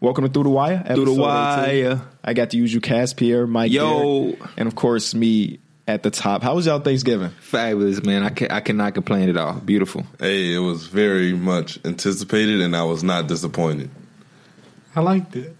Welcome to Through the Wire. the episode 18. Wire. I got the usual cast here, Mike, Yo. Garrett, and of course me at the top. How was y'all Thanksgiving? Fabulous, man. I can, I cannot complain at all. Beautiful. Hey, it was very much anticipated, and I was not disappointed. I liked it.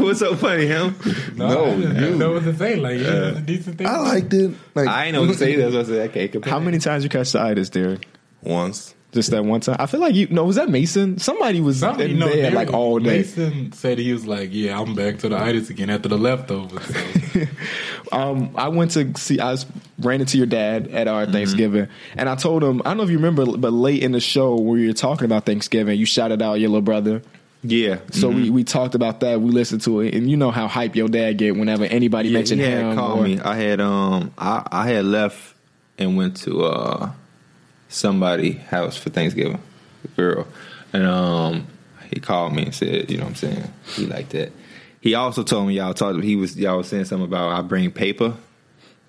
What's so funny, him? No, I didn't you. know what to say. Like, it was a decent thing. I liked it. Like I ain't know what to say. That's what I said. I can't complain. How many times you catch the itis, Derek? once. Just that one time. I feel like you. No, was that Mason? Somebody was Somebody, in you know, there Derek like all day. Mason said he was like, "Yeah, I'm back to the itis again after the leftovers." So. um, I went to see. I s- ran into your dad at Mm-hmm. our Thanksgiving, and I told him. I don't know if you remember, but late in the show when we were talking about Thanksgiving, you shouted out your little brother. Yeah. So we, we talked about that. We listened to it, and you know how hype your dad get whenever anybody Yeah, mentioned he had him. called or- me. I had um I, I had left and went to uh somebody house for Thanksgiving. Girl. And um he called me and said, you know what I'm saying? He like that. He also told me y'all talked he was y'all was saying something about I bring paper.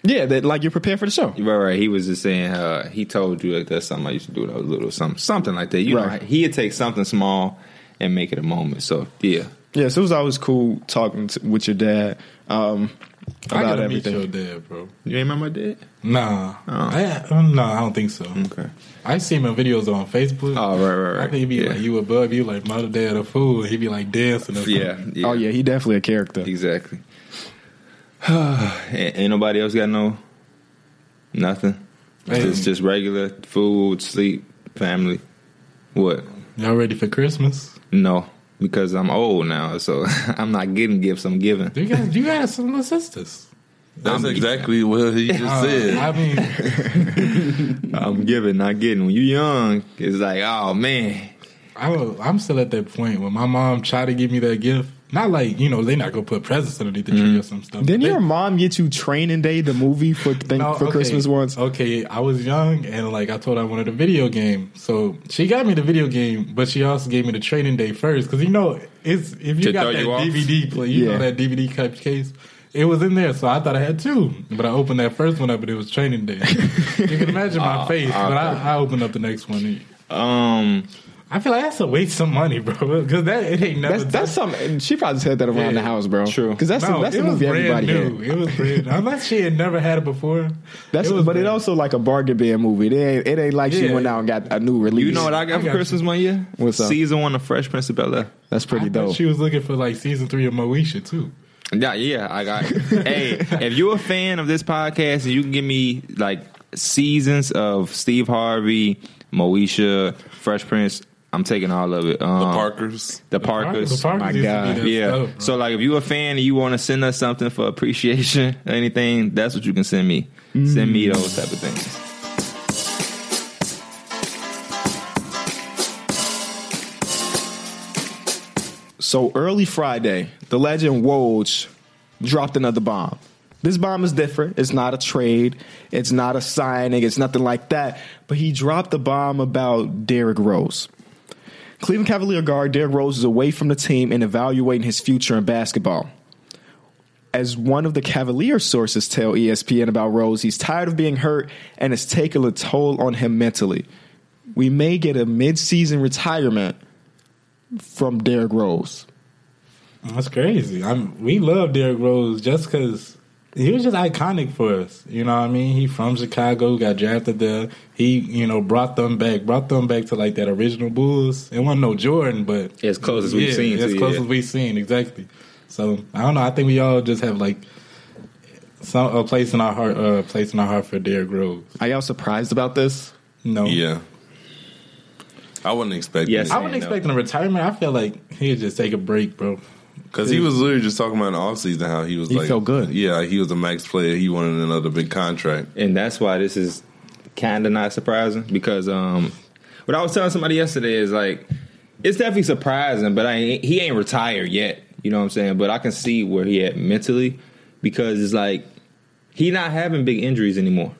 Yeah, that like you're prepared for the show. Right, right. He was just saying uh he told you that that's something I used to do when I was little, something something like that. You Right. know he'd take something small and make it a moment. So yeah. Yeah, so it was always cool talking to, with your dad um, I about gotta everything. meet your dad, bro. You ain't remember that? Nah, I, uh, nah, I don't think so. Okay. I see him in videos on Facebook. Mm. Oh, right, right, right. I think he'd be Yeah. like, "You above you, like mother, dad, a fool." He'd be like dancing. Or Yeah. yeah. Oh yeah, he definitely a character. Exactly. ain't, ain't nobody else got no nothing. Hey. It's just regular food, sleep, family. What? something. Y'all ready for Christmas? No, because I'm old now, so I'm not getting gifts. I'm giving. You guys, you got some little sisters. That's I'm- exactly what he just Uh, said. I mean, I'm giving, not getting. When you young, it's like, oh man, I was, I'm still at that point when my mom tried to give me that gift. Not like you know they not gonna put presents underneath the tree or some stuff. Didn't They- Mm-hmm. your mom get you Training Day, the movie for thing, No, for okay. Oh, Christmas once? Okay, I was young and like I told her I wanted a video game, so she got me the video game, but she also gave me the training day first because you know it's if you To throw got that you off? DVD play, you Yeah. know that DVD cup case. It was in there, so I thought I had two, but I opened that first one up, and it was training day. you can imagine Ah, my face, but I, I opened up the next one. um, I feel like that's a waste of money, bro, because that it ain't never. That's that's something. She probably said that around Yeah. the house, bro. True. because that's a, that's a movie everybody new. had. It was brand new. Unless she had never had it before. That's it was but it brand- also like a bargain bin movie. It ain't it ain't like she Yeah. went out and got a new release. you know what I got I for got you. Christmas one year? What's up? Season one of Fresh Prince of Bel Air. that's pretty I thought dope. She was looking for like season three of Moesha too. Yeah, yeah, I got. hey, if you're a fan of this podcast and you can give me like seasons of Steve Harvey, Moesha, Fresh Prince, I'm taking all of it. Um, the Parkers. the Parkers. The Parkers my used to be God. that yeah. stuff, bro. so like, if you're a fan and you want to send us something for appreciation or anything, that's what you can send me. Send me those type of things. So early Friday, the legend Woj dropped another bomb. This bomb is different. It's not a trade. It's not a signing. It's nothing like that. But he dropped a bomb about Derrick Rose. Cleveland Cavalier guard Derrick Rose is away from the team and evaluating his future in basketball. As one of the Cavalier sources tell E ESPN about Rose, he's tired of being hurt and it's taking a toll on him mentally. We may get a midseason retirement from Derrick Rose. That's crazy. I'm we love Derrick Rose just because he was just iconic for us. You know what I mean? He from Chicago, got drafted there. He, you know, brought them back, brought them back to like that original Bulls. It wasn't no Jordan, but As close as we've Yeah, seen As to, close yeah. as we've seen, exactly. So I don't know. I think we all just have like some a place in our heart, uh, a place in our heart for Derrick Rose. Are y'all surprised about this? No, Yeah. I wouldn't expect Yes. yes. I wasn't Saying no. expecting a retirement. I feel like he'd just take a break, bro. Because he was literally just talking about in the offseason how he was He like. felt good. Yeah, he was a max player. He wanted another big contract. and that's why this is kind of not surprising because um what I was telling somebody yesterday is like it's definitely surprising, but I ain't, he ain't retired yet. You know what I'm saying? But I can see where he at mentally because it's like he not having big injuries anymore.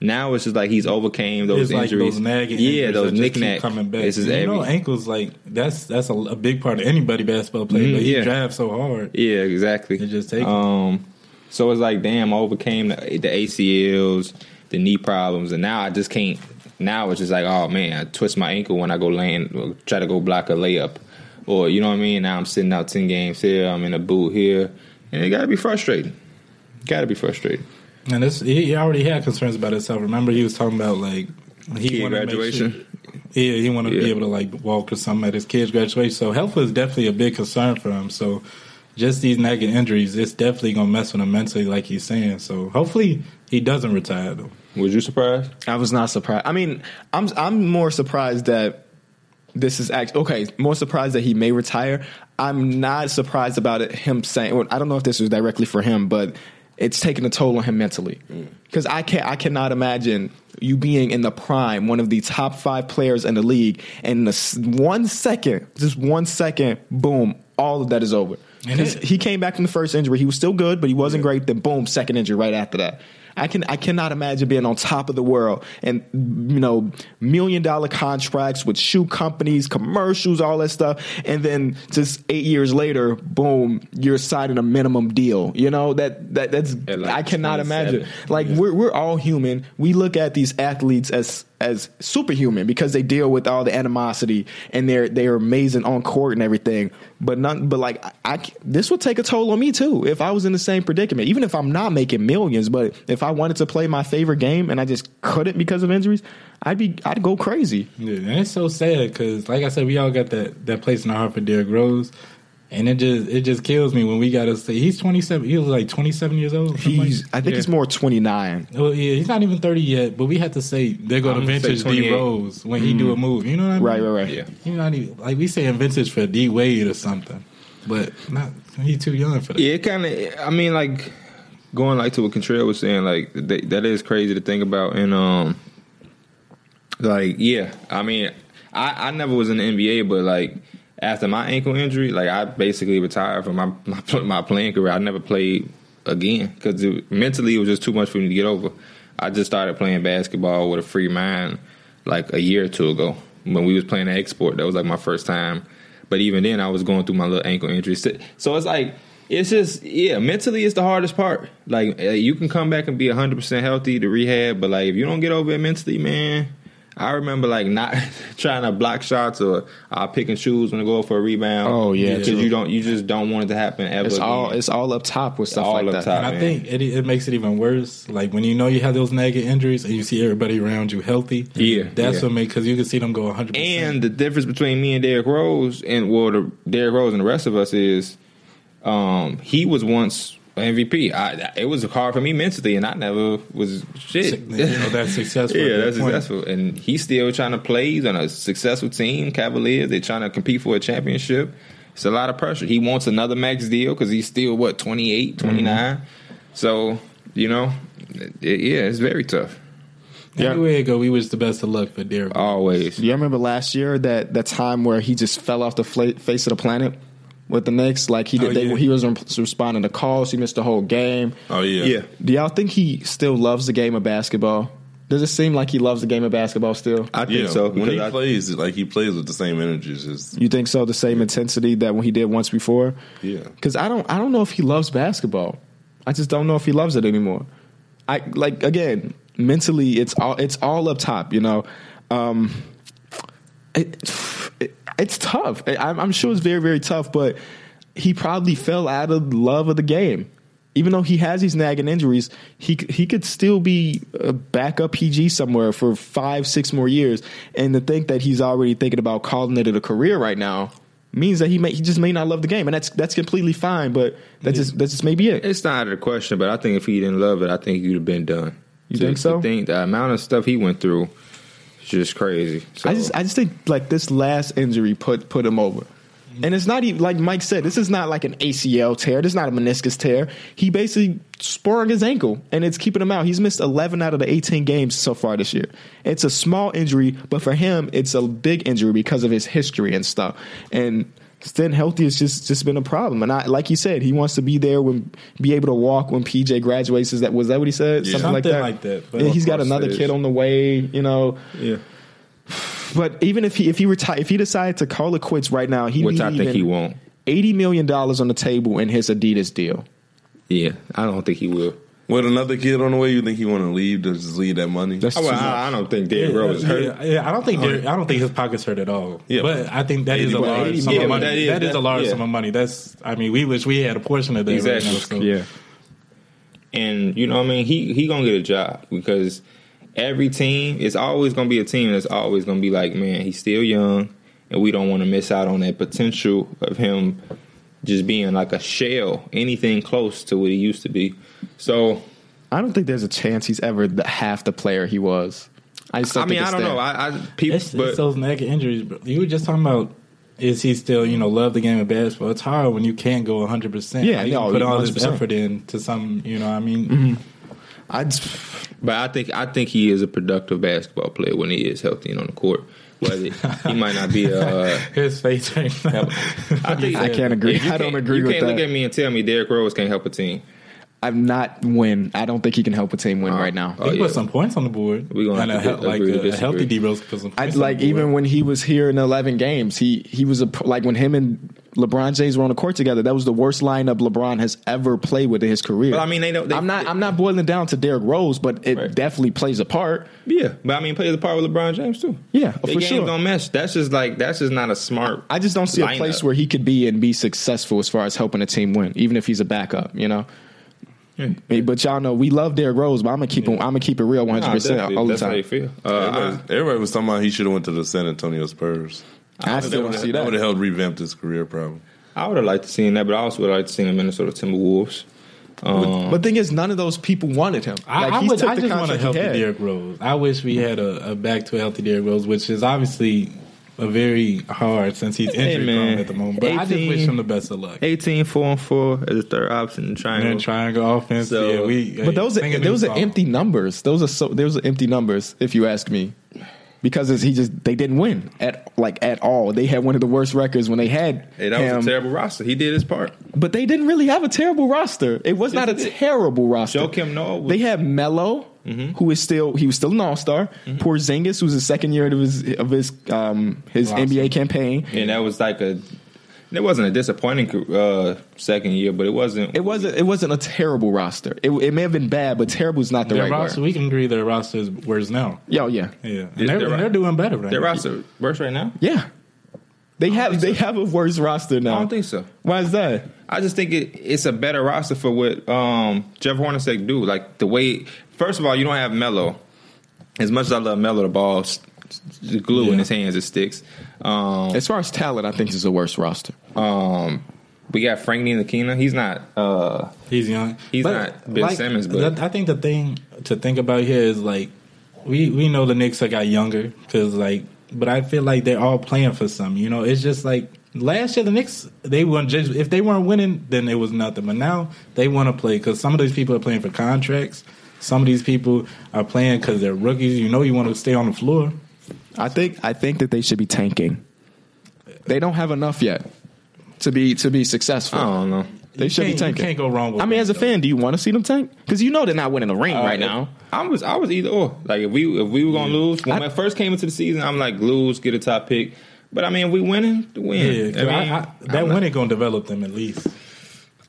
Now it's just like he's overcame those It's like injuries. those nagging, yeah, injuries those that just keep knickknacks coming back. This is you know, every, ankles like that's that's a, a big part of anybody basketball player. Mhm, but he yeah. drives so hard. yeah, exactly. It just takes- Um, so it's like, damn, I overcame the, the ACLs, the knee problems, and now I just can't. Now it's just like, oh man, I twist my ankle when I go land, try to go block a layup, or you know what I mean. Now I'm sitting out ten games here. I'm in a boot here, and it got to be frustrating. Got to be frustrating. And this, he he already had concerns about himself. Remember, he was talking about like he Kid wanted to make graduation. sure- yeah, he wanted to Yeah. be able to like walk or something at his kid's graduation. So health was definitely a big concern for him. So just these nagging injuries, it's definitely gonna mess with him mentally, like he's saying. So hopefully he doesn't retire though. Was you surprised? I was not surprised. I mean, I'm I'm more surprised that this is act okay. More surprised that he may retire. I'm not surprised about it. Him saying, well, I don't know if this was directly for him, but it's taking a toll on him mentally because I can not I cannot imagine you being in the prime, one of the top five players in the league, and in the s- one second, just one second, boom, all of that is over. And it- 'Cause he came back from the first injury. He was still good, but he wasn't great. Then boom, second injury right after that. I can I cannot imagine being on top of the world and you know million dollar contracts with shoe companies, commercials, all that stuff, and then just eight years later, boom, you're signing a minimum deal. You know that that that's At, like, I cannot 27. imagine. Like we're we're all human. We look at these athletes as as superhuman because they deal with all the animosity and they're they're amazing on court and everything. But none. But like I, I c- this would take a toll on me too if I was in the same predicament. Even if I'm not making millions, but if I wanted to play my favorite game and I just couldn't because of injuries, I'd be I'd go crazy. Yeah, and it's so sad because, like I said, we all got that that place in our heart for Derrick Rose, and it just it just kills me when we gotta say he's twenty seven. He was like twenty seven years old. something like- He's I think Yeah. it's more 29. Well, yeah, he's not even thirty yet, but we had to say they go to I'm gonna say vintage D 28. Rose when he do a move. You know what I mean? Mm. Right, right, right. Yeah. You not even like we saying vintage for D Wade or something, but not he too young for that. Yeah, it kind of. I mean, like going like to what Contreras was saying, like that, that is crazy to think about. And um, like yeah, I mean, I I never was in the NBA, but like after my ankle injury, like I basically retired from my my, pl- my playing career. I never played again because it, mentally it was just too much for me to get over. I just started playing basketball with a free mind like a year or two ago when we was playing at export. That was like my first time. But even then, I was going through my little ankle injury. So so it's like it's just yeah, mentally it's the hardest part. Like eh, you can come back and be hundred percent healthy to rehab, but like if you don't get over it mentally, man, I remember like not trying to block shots or I pick and choose when to go for a rebound. Oh, yeah, because true. you don't you just don't want it to happen ever. It's all again. it's all up top with stuff All like up that. top. And I man. think it it makes it even worse. Like when you know you have those nagging injuries and you see everybody around you healthy. Yeah, that's yeah. what makes because you can see them go 100. And the difference between me and Derrick Rose and well, the, Derrick Rose and the rest of us is, um, he was once an MVP. I, it was hard for me mentally, and I never was shit. you know, that's successful. yeah, at that that's point. successful, and he's still trying to play. He's on a successful team, Cavaliers. They're trying to compete for a championship. It's a lot of pressure. He wants another max deal because he's still what 28, Mm-hmm. 29. So you know, it, it- yeah, it's very tough. Yeah. Anywhere you go, we wish the best of luck for Derrick. Oh. Always. Do you remember last year that that time where he just fell off the fla- face of the planet with the Knicks? Like he did, Oh, yeah. they, he was responding to calls. He missed the whole game. Oh yeah. Do y'all think he still loves the game of basketball? Does it seem like he loves the game of basketball still? I Yeah, think so. when he because I- plays, like he plays with the same energy. It's just You think so? The same intensity that when he did once before? Yeah. Because I don't, I don't know if he loves basketball. I just don't know if he loves it anymore. I like again mentally, it's all, it's all up top. You know, um, it, it, it's tough. I, I'm I'm sure it's very, very tough. But he probably fell out of love of the game. Even though he has these nagging injuries, he c- he could still be a backup PG somewhere for five, six more years. And to think that he's already thinking about calling it a career right now means that he may he just may not love the game, and that's that's completely fine. But that just that just may be it. It's not out of the question, but I think if he didn't love it, I think he'd have been done. You To- think so? to Think the amount of stuff he went through is just crazy. So, I just I just think like this last injury put put him over. And it's not even like Mike said, this is not like an ACL tear. This is not a meniscus tear. He basically sprung his ankle and it's keeping him out. He's missed 11 out of the 18 games so far this year. It's a small injury, but for him, it's a big injury because of his history and stuff. And staying healthy has just, just been a problem. And I, like you said, he wants to be there when, be able to walk when PJ graduates. Is that, was that what he said? Yeah. Something like that, but yeah, he's got across another stage. kid on the way, you know. yeah. But even if he if he retire if he decided to call it quits right now, he Which be I think leaving he won't. Eighty million dollars on the table in his Adidas deal. Yeah, I don't think he will. With another kid on the way, you think he want to leave to just leave that money? That's Oh, well, too much. I, I don't think Derrick Rose yeah, hurt. Oh, yeah, yeah, I don't think Derrick- I don't think his pockets hurt at all. Yeah. but I think that is a Eighty- large eighty- sum yeah, of money. that is- that is a that- large yeah. sum of money. That's I mean, we wish we had a portion of that. Exactly. Right now, so. yeah. and you know what I mean he he gonna get a job because every team it's always gonna be a team that's always gonna be like man he's still young and we don't want to miss out on that potential of him just being like a shell anything close to what he used to be so I don't think there's a chance he's ever the, half the player he was. I just don't I mean think I it's don't there. know I, I people It's, but it's those neck injuries, bro. You were just talking about is he still you know love the game of basketball? It's hard when you can't go hundred percent. Yeah, you no, put all this 100%. effort in to some. You know, what I mean, Mm-hmm. I just, But I think I think he is a productive basketball player when he is healthy and on the court. Whether he might not be. Uh, his face right now. I think I can't agree. You I don't can't- agree You with can't that. look at me and tell me Derrick Rose can't help a team. I'm not win. I don't think he can help a team win right now. Oh, he yeah. put some points on the board. We gonna and have a, to hel- agree like to a, a disagree. healthy D Rose put some I points. on like the board. even when he was here in 11 games, he he was a like when him and LeBron James were on the court together. That was the worst lineup LeBron has ever played with in his career. But I mean, they don't. They, I'm not I'm not boiling it down to Derrick Rose, but it Right. definitely plays a part. Yeah, but I mean, play the part with LeBron James too. Yeah, Their for games sure. don't mesh. That's just like that's just not a smart. I just don't see a lineup. place where he could be and be successful as far as helping a team win, even if he's a backup. You know. Hey, But y'all know we love Derrick Rose, but I'm gonna keep him. I'm gonna keep it real 100 Nah, percent definitely. all the that's how you time. feel. Uh, Everybody, I- everybody was talking about he should have went to the San Antonio Spurs. I still don't would've- see would that. have helped revamp his career, probably. I, would have liked to see that, but I also would have liked to see the Minnesota Timberwolves. But but thing is, none of those people wanted him. I, Like, I, he would, took I the just want a contract he healthy had. Derrick Rose. I wish we had a, a back to a healthy Derrick Rose, which is obviously a very hard since he's injury man. prone at the moment. But I just 18. wish him the best of luck. 18, 4 and 4 as a third option in And then triangle. triangle offense. So- yeah, we. hey, But those sing a are, new those are song. empty numbers. Those are so those are empty numbers if you ask me. Because it's, he just they didn't win at like at all. They had one of the worst records when they had Hey, that him, was a terrible roster. He did his part. but they didn't really have a terrible roster. It was not a terrible roster. Joakim Noah was- They had Melo, Mm-hmm. who is still he was still an all star. Poor Zingis, who's the second year of his of his um his Roster. NBA campaign. And that was like a. It wasn't a disappointing uh, second year, but it wasn't. It wasn't it wasn't a terrible roster. It, it may have been bad, but terrible is not the Their right roster, word. we can agree their roster is worse now. Yo, yeah, Yeah, and Is they're, their and they're ro- doing better right Their now. roster worse right now. yeah. They have they have a worse roster now. I don't think so. Why is that? I just think it, it's a better roster for what um, Jeff Hornacek do. Like the way, first of all, you don't have Melo. As much as I love Melo, the ball, s- s- the glue in Yeah. his hands, it sticks. Um, As far as talent, I think this is the worst roster. um, we got Frank Ntilikina. He's not. Uh, He's young. He's not Ben Simmons, but- that- I think the thing to think about here is like we we know the Knicks have got younger because like, but I feel like they're all playing for some. You know, it's just like last year the Knicks they weren't just if they weren't winning then it was nothing. But now they want to play because some of these people are playing for contracts. Some of these people are playing because they're rookies. You know, you want to stay on the floor. I think I think that they should be tanking. They don't have enough yet to be to be successful. I don't know. They You should be can't- you tanking. can't go wrong with I mean, that, as a though. fan, do you want to see them tank? Because you know they're not winning a ring right now. Uh, I was I was either or. Like if we if we were gonna lose when I, I- first came into the season, I'm like lose, get a top pick. But I mean, we winning, the Yeah, win. 'cause I mean, I, I, that I'm not- winning gonna develop them at least.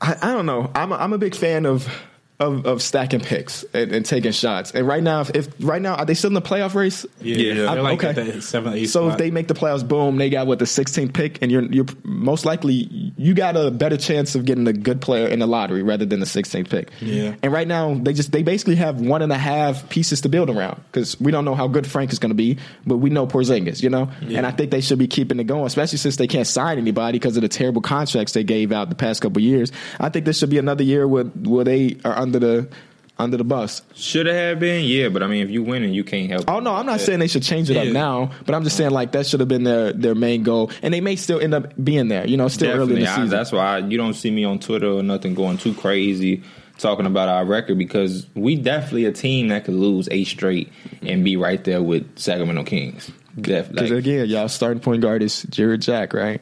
I, I don't know. I'm a, I'm a big fan of of, of stacking picks and, and taking shots. And right now, if, if right now are they still in the playoff race? Yeah, Yeah. they're like Okay. at that seven, eight. So if spot. they make the playoffs, boom, they got what the 16th pick, and you're you're most likely you got a better chance of getting a good player in the lottery rather than the 16th pick. Yeah. And right now they just they basically have one and a half pieces to build around because we don't know how good Frank is going to be, but we know Porzingis, you know. And I think they should be keeping it going, especially since they can't sign anybody because of the terrible contracts they gave out the past couple years. I think this should be another year where where they are under the under the bus. Should it have been? Yeah, but I mean, if you winning, you can't help. Oh it. no, I'm not saying they should change it up Yeah. now, but I'm just saying like that should have been their their main goal, and they may still end up being there. You know, it's still early in the Definitely. I- season. that's why I, you don't see me on Twitter or nothing going too crazy talking about our record because we definitely a team that could lose eight straight and be right there with Sacramento Kings. Because Definitely. again, y'all starting point guard is Jared Jack, right?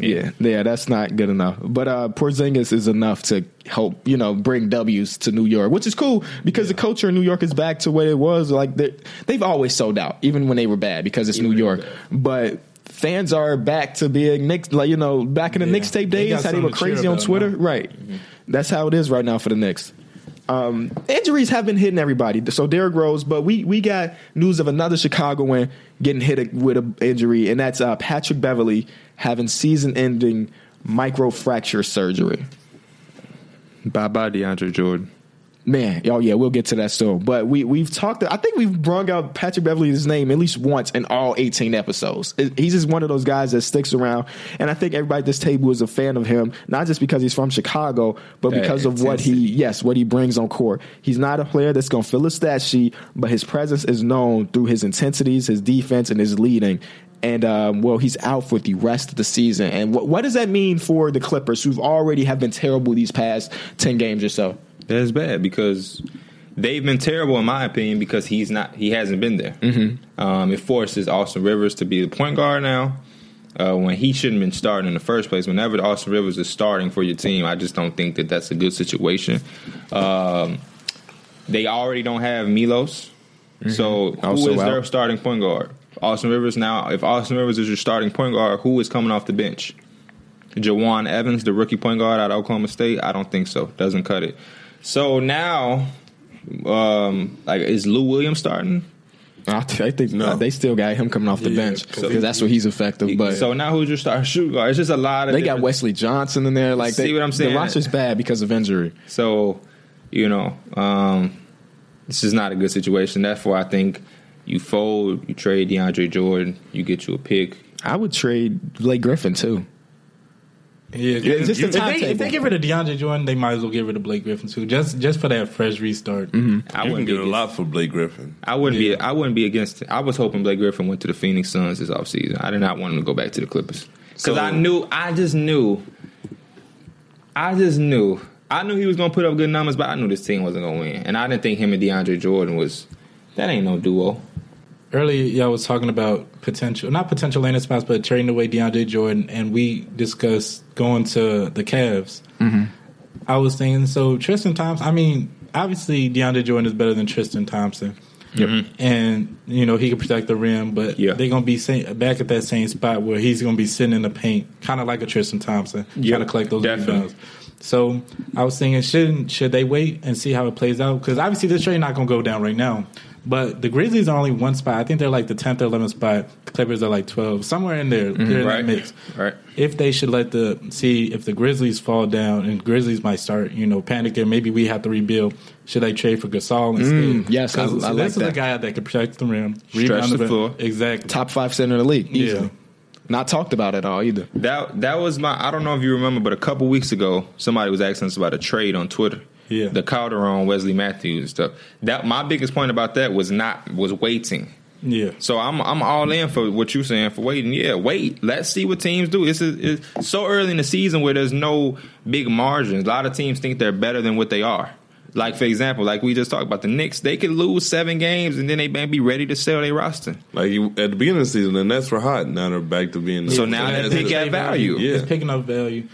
Yeah, yeah, that's not good enough. But uh, Porzingis is enough to help you know bring W's to New York, which is cool because the culture in New York is back to what it was. Like they- they've always sold out, even when they were bad, because it's New York. But fans are back to being Knicks, like you know, back in the Yeah. Knicks tape They days, got how they were something to cheer Mm-hmm. crazy on about Twitter, now. right? That's how it is right now for the Knicks. Um, injuries have been hitting everybody. So Derrick Rose, but we we got news of another Chicagoan getting hit with an injury, and that's uh, Patrick Beverly having season-ending microfracture surgery. Bye bye, DeAndre Jordan. Man, oh yeah, we'll get to that soon. But we we've talked. I think we've brung out Patrick Beverly's name at least once in all eighteen episodes. It- He's just one of those guys that sticks around, and I think everybody at this table is a fan of him, not just because he's from Chicago, but That because of what he intensity. yes what he brings on court. He's not a player that's going to fill a stat sheet, but his presence is known through his intensities, his defense, and his leading. And um, well, he's out for the rest of the season. And what what does that mean for the Clippers, who've already have been terrible these past ten games or so? That's bad because they've been terrible in my opinion because he's not he hasn't been there. Um, it forces Austin Rivers to be the point guard now uh, when he shouldn't have been starting in the first place. Whenever Austin Rivers is starting for your team, I just don't think that that's a good situation. Um, they already don't have Milos, Mm-hmm. so who is Also out. their starting point guard? Austin Rivers now. If Austin Rivers is your starting point guard, who is coming off the bench? Jawan Evans, the rookie point guard out of Oklahoma State? I don't think so. Doesn't cut it. So now, um, like is Lou Williams starting? I, th- I think No. they still got him coming off the Yeah, bench so- because that's where he's effective. But so now who's your starting shooting guard? It's just a lot of they got different- Wesley Johnson in there. Like, they, See what I'm saying? The roster's bad because of injury. So, you know, um, this is not a good situation. Therefore, I think you fold, you trade DeAndre Jordan, you get you a pick. I would trade Blake Griffin too. Yeah, Yeah, it's just if, the they, timetable. if they get rid of DeAndre Jordan, they might as well get rid of Blake Griffin too, just just for that fresh restart. I you can wouldn't be get a against, lot for Blake Griffin. I wouldn't be I wouldn't be against it. I was hoping Blake Griffin went to the Phoenix Suns this offseason. I did not want him to go back to the Clippers. Because So- I knew I just knew I just knew I knew he was gonna put up good numbers, but I knew this team wasn't gonna win. And I didn't think him and DeAndre Jordan was that ain't no duo. Earlier, y'all was talking about potential, not potential landing spots, but trading away DeAndre Jordan, and we discussed going to the Cavs. I was thinking, so Tristan Thompson, I mean, obviously DeAndre Jordan is better than Tristan Thompson. And, you know, he can protect the rim, but Yeah. they're going to be sa- back at that same spot where he's going to be sitting in the paint, kind of like a Tristan Thompson, trying to collect those definitely. rebounds. So I was thinking, should should they wait and see how it plays out? Because obviously this trade not going to go down right now. But the Grizzlies are only one spot. I think they're like the tenth or eleventh spot. The Clippers are like twelve, somewhere in Mm-hmm. there. They're in that right. mix. Right. If they should let the see if the Grizzlies fall down and Grizzlies might start, you know, panicking. Maybe we have to rebuild. Should they trade for Gasol instead? Mm, yes, I- 'Cause I this like is a that. guy that can protect the rim, Stretch rebound the rim. floor. exactly. Top five center in the league. Yeah. Easily. Not talked about at all either. That that was my. I don't know if you remember, but a couple weeks ago, somebody was asking us about a trade on Twitter. Yeah. the Calderon, Wesley Matthews and stuff. That my biggest point about that was not was waiting. Yeah, So I'm I'm all in for what you're saying for waiting. Yeah, wait. Let's see what teams do. It's, it's so early in the season where there's no big margins. A lot of teams think they're better than what they are. Like for example, like we just talked about the Knicks, they could lose seven games and then they may be ready to sell their roster. Like you, at the beginning of the season, the Nets were hot. Now they're back to being. So the- now the they Nets pick is- at value. Yeah. It's picking up value.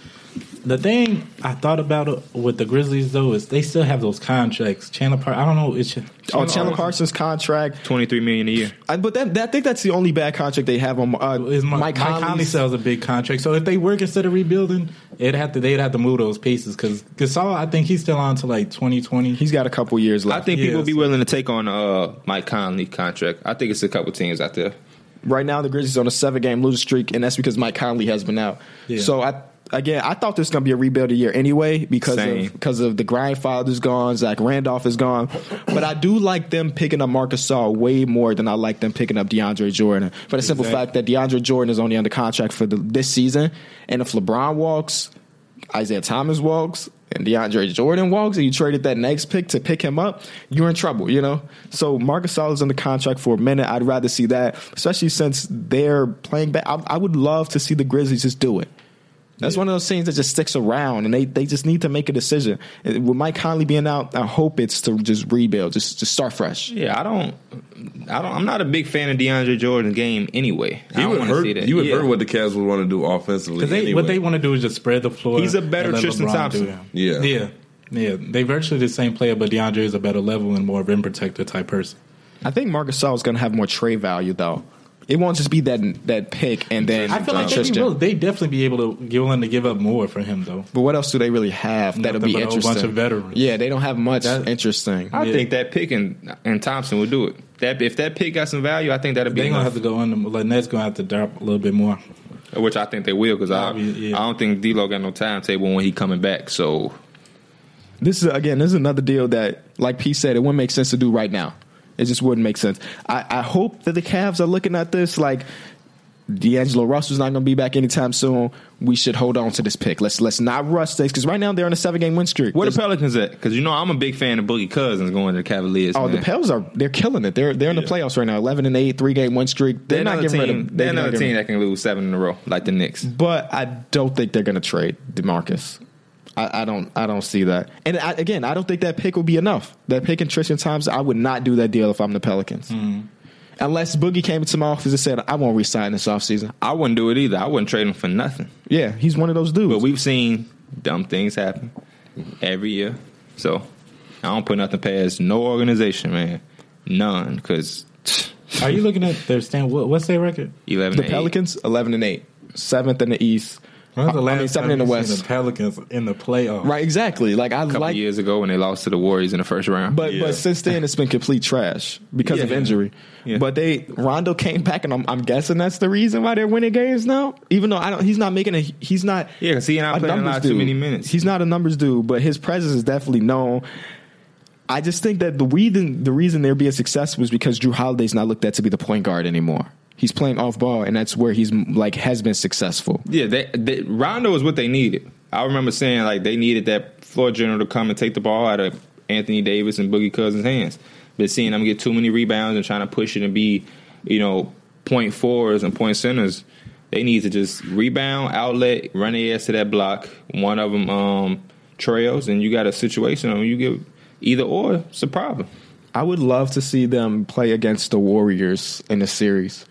The thing I thought about uh, with the Grizzlies though is they still have those contracts. Chandler Park, I don't know. Oh, It's On Chandler Parsons' contract, Twenty three million a year. I, but that, that, I think that's the only bad contract they have on uh, is Mike, Mike Conley, sells a big contract. So if they work instead of rebuilding, it'd have to they'd have to move those pieces because Gasol, I think he's still on to like twenty twenty. He's got a couple years I left. think Yeah, people will be so- willing to take on uh, Mike Conley contract. I think it's a couple teams out there. right now, the Grizzlies on a seven-game losing streak, and that's because Mike Conley has been out. Yeah. So I again, I thought this was going to be a rebuild year anyway because Same. of because of the grindfather's gone, Zach Randolph is gone. But I do like them picking up Marcus Saul way more than I like them picking up DeAndre Jordan for the simple Exactly. fact that DeAndre Jordan is only under contract for the, this season, and if LeBron walks, Isaiah Thomas walks. And DeAndre Jordan walks, and you traded that next pick to pick him up, you're in trouble, you know? So Marcus Saul is under contract for a minute. I'd rather see that, especially since they're playing back. I, I would love to see the Grizzlies just do it. That's one of those things that just sticks around, and they, they just need to make a decision. And With Mike Conley being out, I hope it's to just rebuild, just just start fresh. Yeah, I don't, I don't. I'm not a big fan of DeAndre Jordan's game anyway. I You don't would wanna hurt. see that. You would Yeah. hurt what the Cavs would want to do offensively. Because they, anyway. what they want to do is just spread the floor. He's a better and let Tristan LeBron do Thompson. it. Yeah. yeah, yeah. They virtually the same player, but DeAndre is a better level and more rim protector type person. I think Marcus Saul is going to have more trade value, though. It won't just be that that pick and then I feel like they'd, Tristan. be real- they'd definitely be able to be willing to give up more for him though. But what else do they really have that'll Nothing be but a whole interesting? bunch of veterans. Yeah, they don't have much That- interesting. I Yeah. think that pick and and Thompson will do it. That if that pick got some value, I think that'll be They're gonna enough. have to go under. Lynette's gonna have to drop a little bit more. which I think they will because I Probably, yeah. I don't think D'Lo got no timetable when he coming back. So This is again, this is another deal that, like P said, it wouldn't make sense to do right now. It just wouldn't make sense. I, I hope that the Cavs are looking at this like D'Angelo Russell's not going to be back anytime soon. We should hold on to this pick. Let's let's not rush things because right now they're on a seven game win streak. where the There's- Pelicans at? Because you know I'm a big fan of Boogie Cousins going to the Cavaliers. Oh, the man. Pels are they're killing it. They're they're in the Yeah. playoffs right now. Eleven and eight, three game win streak. They're, They're, not another getting team. rid of. they're not another getting team rid that can lose seven in a row, like the Knicks. of- But I don't think they're going to trade Demarcus. I, I don't I don't see that. And I, again, I don't think that pick will be enough. That pick and Tristan Thompson, I would not do that deal if I'm the Pelicans. Mm-hmm. Unless Boogie came into my office and said, "I won't resign this offseason. I wouldn't do it either. I wouldn't trade him for nothing. Yeah, he's one of those dudes. But we've seen dumb things happen every year. So I don't put nothing past no organization, man, none. Because Are you looking at their stand? What, what's their record? eleven, the and eight. Pelicans, eleven and eight, seventh in the East. When's I- I the last mean, seven time in the you seen West. The Pelicans in the playoffs. Right, exactly. Like I a couple like years ago when they lost to the Warriors in the first round. But Yeah. but since then it's been complete trash because of Yeah. injury. Yeah. But they Rondo came back and I'm, I'm guessing that's the reason why they're winning games now. Even though I don't, he's not making a he's not yeah, because he and I a played a numbers lot dude. too many minutes. He's not a numbers dude, but his presence is definitely known. I just think that the reason the reason they're being successful is because Drew Holiday's not looked at to be the point guard anymore. He's playing off ball, and that's where he's like has been successful. Yeah, they, they, Rondo is what they needed. I remember saying like they needed that floor general to come and take the ball out of Anthony Davis and Boogie Cousins' hands. But seeing them get too many rebounds and trying to push it and be, you know, point fours and point centers, they need to just rebound, outlet, run their ass to that block. One of them um, trails, and you got a situation. I mean, you get either or. It's a problem. I would love to see them play against the Warriors in a series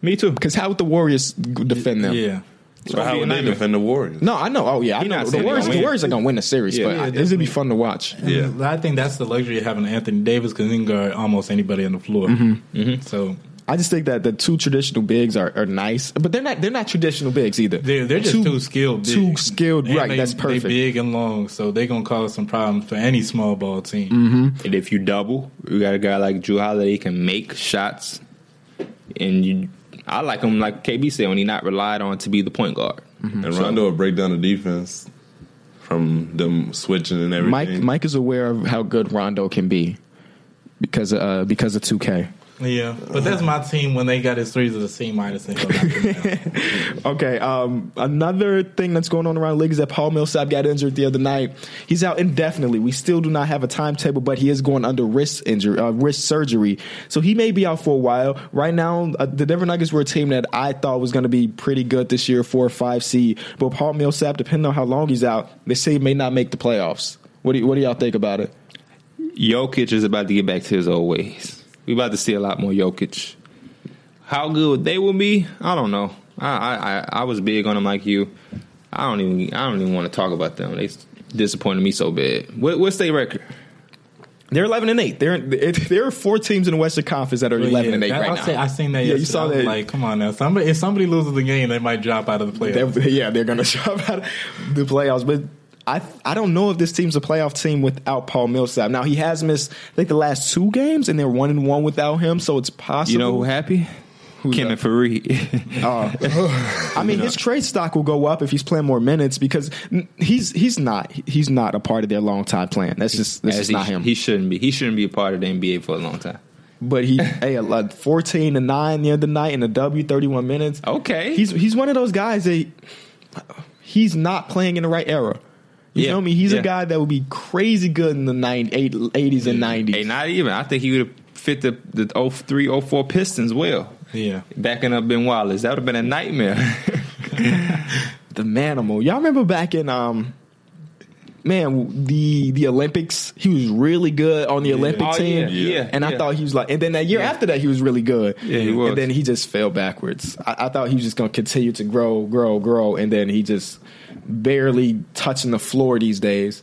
Me too. because how would the Warriors defend them? Yeah. So how would they defend the Warriors? No, I know. Oh yeah, I He know. not The saying Warriors, they the gonna Warriors are gonna win the series, Yeah, but yeah, I- this would be fun to watch. Yeah. I think that's the luxury of having Anthony Davis because he can guard almost anybody on the floor. Mm-hmm. Mm-hmm. So I just think that the two traditional bigs are, are nice, but they're not they're not traditional bigs either. they're they're just too skilled, big. too skilled. And right, they- that's perfect. They big and long, so they're gonna cause some problems for any small ball team. Mm-hmm. And if you double, you got a guy like Drew Holiday he can make shots, and you, I like him like KB said when he not relied on to be the point guard. And Rondo would break down the defense from them switching and everything. Mike Mike is aware of how good Rondo can be because uh because of two K. Yeah, but that's my team when they got his threes of the C minus and he'll knock them down. Okay, um, another thing that's going on around the league is that Paul Millsap got injured the other night. He's out indefinitely. We still do not have a timetable, but he is going under wrist injury, uh, wrist surgery, so he may be out for a while. Right now, uh, the Denver Nuggets were a team that I thought was going to be pretty good this year, four or five seed. But Paul Millsap, depending on how long he's out, they say he may not make the playoffs. What do you, what do y'all think about it? Jokic is about to get back to his old ways. We about to see a lot more Jokic. How good they will be, I don't know. I I, I, I was big on them like you. I don't even I don't even want to talk about them. They s- disappointed me so bad. What, what's their record? They're eleven and eight. They're it, there are four teams in the Western Conference that are eleven Oh, Yeah, and eight that- right I now. say- I seen that. Yeah, you yesterday. saw I was that. Like, come on now. Somebody, if somebody loses the game, they might drop out of the playoffs. They're- yeah, they're going to drop out of the playoffs. But I I don't know if this team's a playoff team without Paul Millsap. Now he has missed I think the last two games, and they're one and one without him. So it's possible. You know who happy? Kenneth Farid. Uh, I mean, his trade stock will go up if he's playing more minutes because n- he's he's not he's not a part of their long time plan. That's just that's As just he- not him. He shouldn't be. He shouldn't be a part of the NBA for a long time. but he hey, a lot- fourteen to nine the other night in the W, thirty one minutes. Okay. he's he's one of those guys that he's not playing in the right era. You Yeah, feel me? He's yeah. a guy that would be crazy good in the 90, eight- 80s and 90s. Hey, not even. I think he would have fit the oh, the 03, 04 Pistons well. Yeah. Backing up Ben Wallace, that would have been a nightmare. The manimal. Y'all remember back in um man, the the Olympics, he was really good on the Olympic Oh, team. yeah, yeah, and I yeah. thought he was like and then that year after that he was really good. Yeah, he was. And then he just fell backwards. I, I thought he was just gonna continue to grow, grow, grow, and then he just barely touching the floor these days.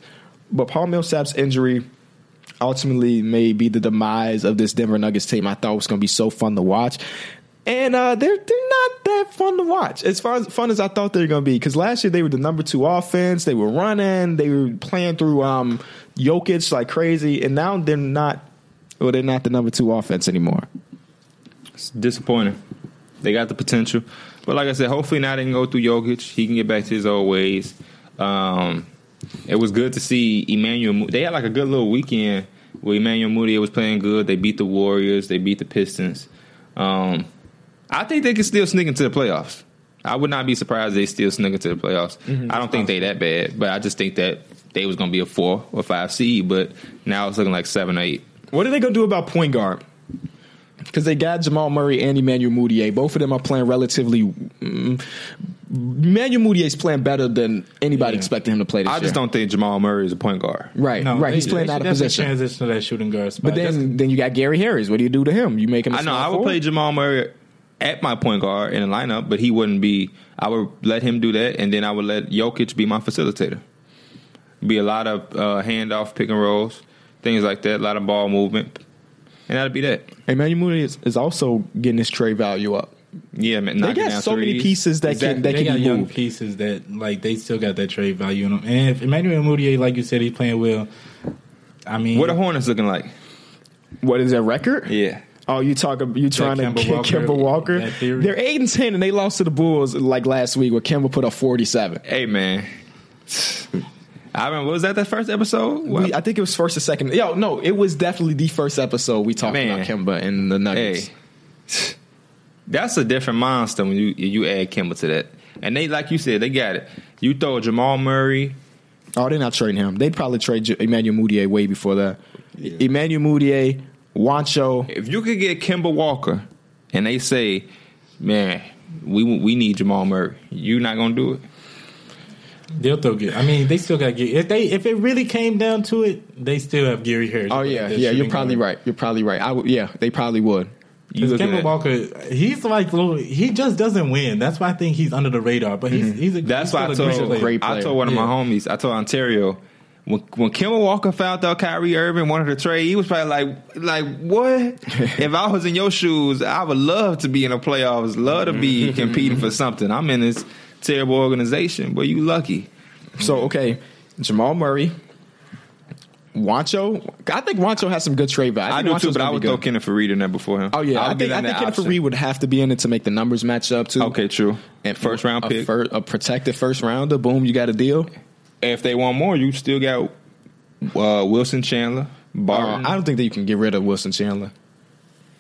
But Paul Millsap's injury ultimately may be the demise of this Denver Nuggets team I thought was going to be so fun to watch. And uh, they're they're not that fun to watch as far as fun as I thought they were going to be. Because last year they were the number two offense. They were running. They were playing through um, Jokic like crazy. And now they're not. Well, they're not the number two offense anymore. It's disappointing. They got the potential, but like I said, hopefully now they can go through Jokic. He can get back to his old ways. Um, it was good to see Emmanuel. Mo- They had like a good little weekend where Emmanuel Moody was playing good. They beat the Warriors. They beat the Pistons. Um, I think they can still sneak into the playoffs. I would not be surprised if they still sneak into the playoffs. Mm-hmm. I don't think they that bad, but I just think that they was going to be a four or five seed, but now it's looking like seven or eight. What are they gonna do about point guard? Because they got Jamal Murray and Emmanuel Mudiay. Both of them are playing relatively. Mm, Emmanuel Mudiay's playing better than anybody expected him to play this I year. just don't think Jamal Murray is a point guard. Right, right. He's playing out of position. Transition to that shooting guard spot. But then, then you got Gary Harris. What do you do to him? You make him. I I know I would play Jamal Murray at my point guard in the lineup, but he wouldn't be. I would let him do that, and then I would let Jokic be my facilitator. Be a lot of uh, handoff, pick and rolls, things like that. A lot of ball movement, and that'd be that. Emmanuel Mudiay is, is also getting his trade value up. Yeah, man. They knocking got down so many threes. pieces that they, can that got can be young moved. pieces that like they still got that trade value in them. And if Emmanuel Mudiay, like you said, he's playing well. I mean, What the Hornets looking like? What is that record? Yeah, Oh, you talking? You trying Kemba to get Walker, Kemba Walker? that theory. They're eight and ten, and they lost to the Bulls like last week, where Kemba put up forty-seven. hey man. I remember. Was that the first episode? We, I think it was first or second. Yo, no, it was definitely the first episode we talked Man. about Kemba and the Nuggets. Hey, that's a different monster when you you add Kimball to that. And they, like you said, they got it. You throw Jamal Murray, Oh, they're not trading him. They'd probably trade J- Emmanuel Mudiay way before that. Emmanuel Mudiay, Wancho. if you could get Kimber Walker and they say, man, we we need Jamal Murray, you not gonna do it. they'll throw good. I mean, they still got Gary. If they if it really came down to it, they still have Gary Harris. Oh yeah, That yeah. You're shooting probably guard. right. You're probably right. I would. Yeah, they probably would. You Because looking Kemba at- Walker, he's like little- he just doesn't win. That's why I think he's under the radar. But Mm-hmm. he's he's a That's he's why I still a told great player. great I player. told one of my Yeah. homies, I told Ontario. When, when Kimber Walker found out Kyrie Irving wanted to trade, he was probably like, "Like what? if I was in your shoes, I would love to be in the playoffs, love to be Mm-hmm. competing for something. I'm in this terrible organization, but you lucky. So okay, Jamal Murray, Wancho. I think Wancho has some good trade value. I, think do Wancho's too, but gonna I be would good. throw Kenneth Fareed in there before him. Oh yeah, I would give think I him think that Kenneth option. Fareed would have to be in it to make the numbers match up too. Okay, true. And first round a pick. fir- a protected first rounder. Boom, you got a deal. if they want more, you still got uh, Wilson Chandler, Uh, Barton. I don't think that you can get rid of Wilson Chandler.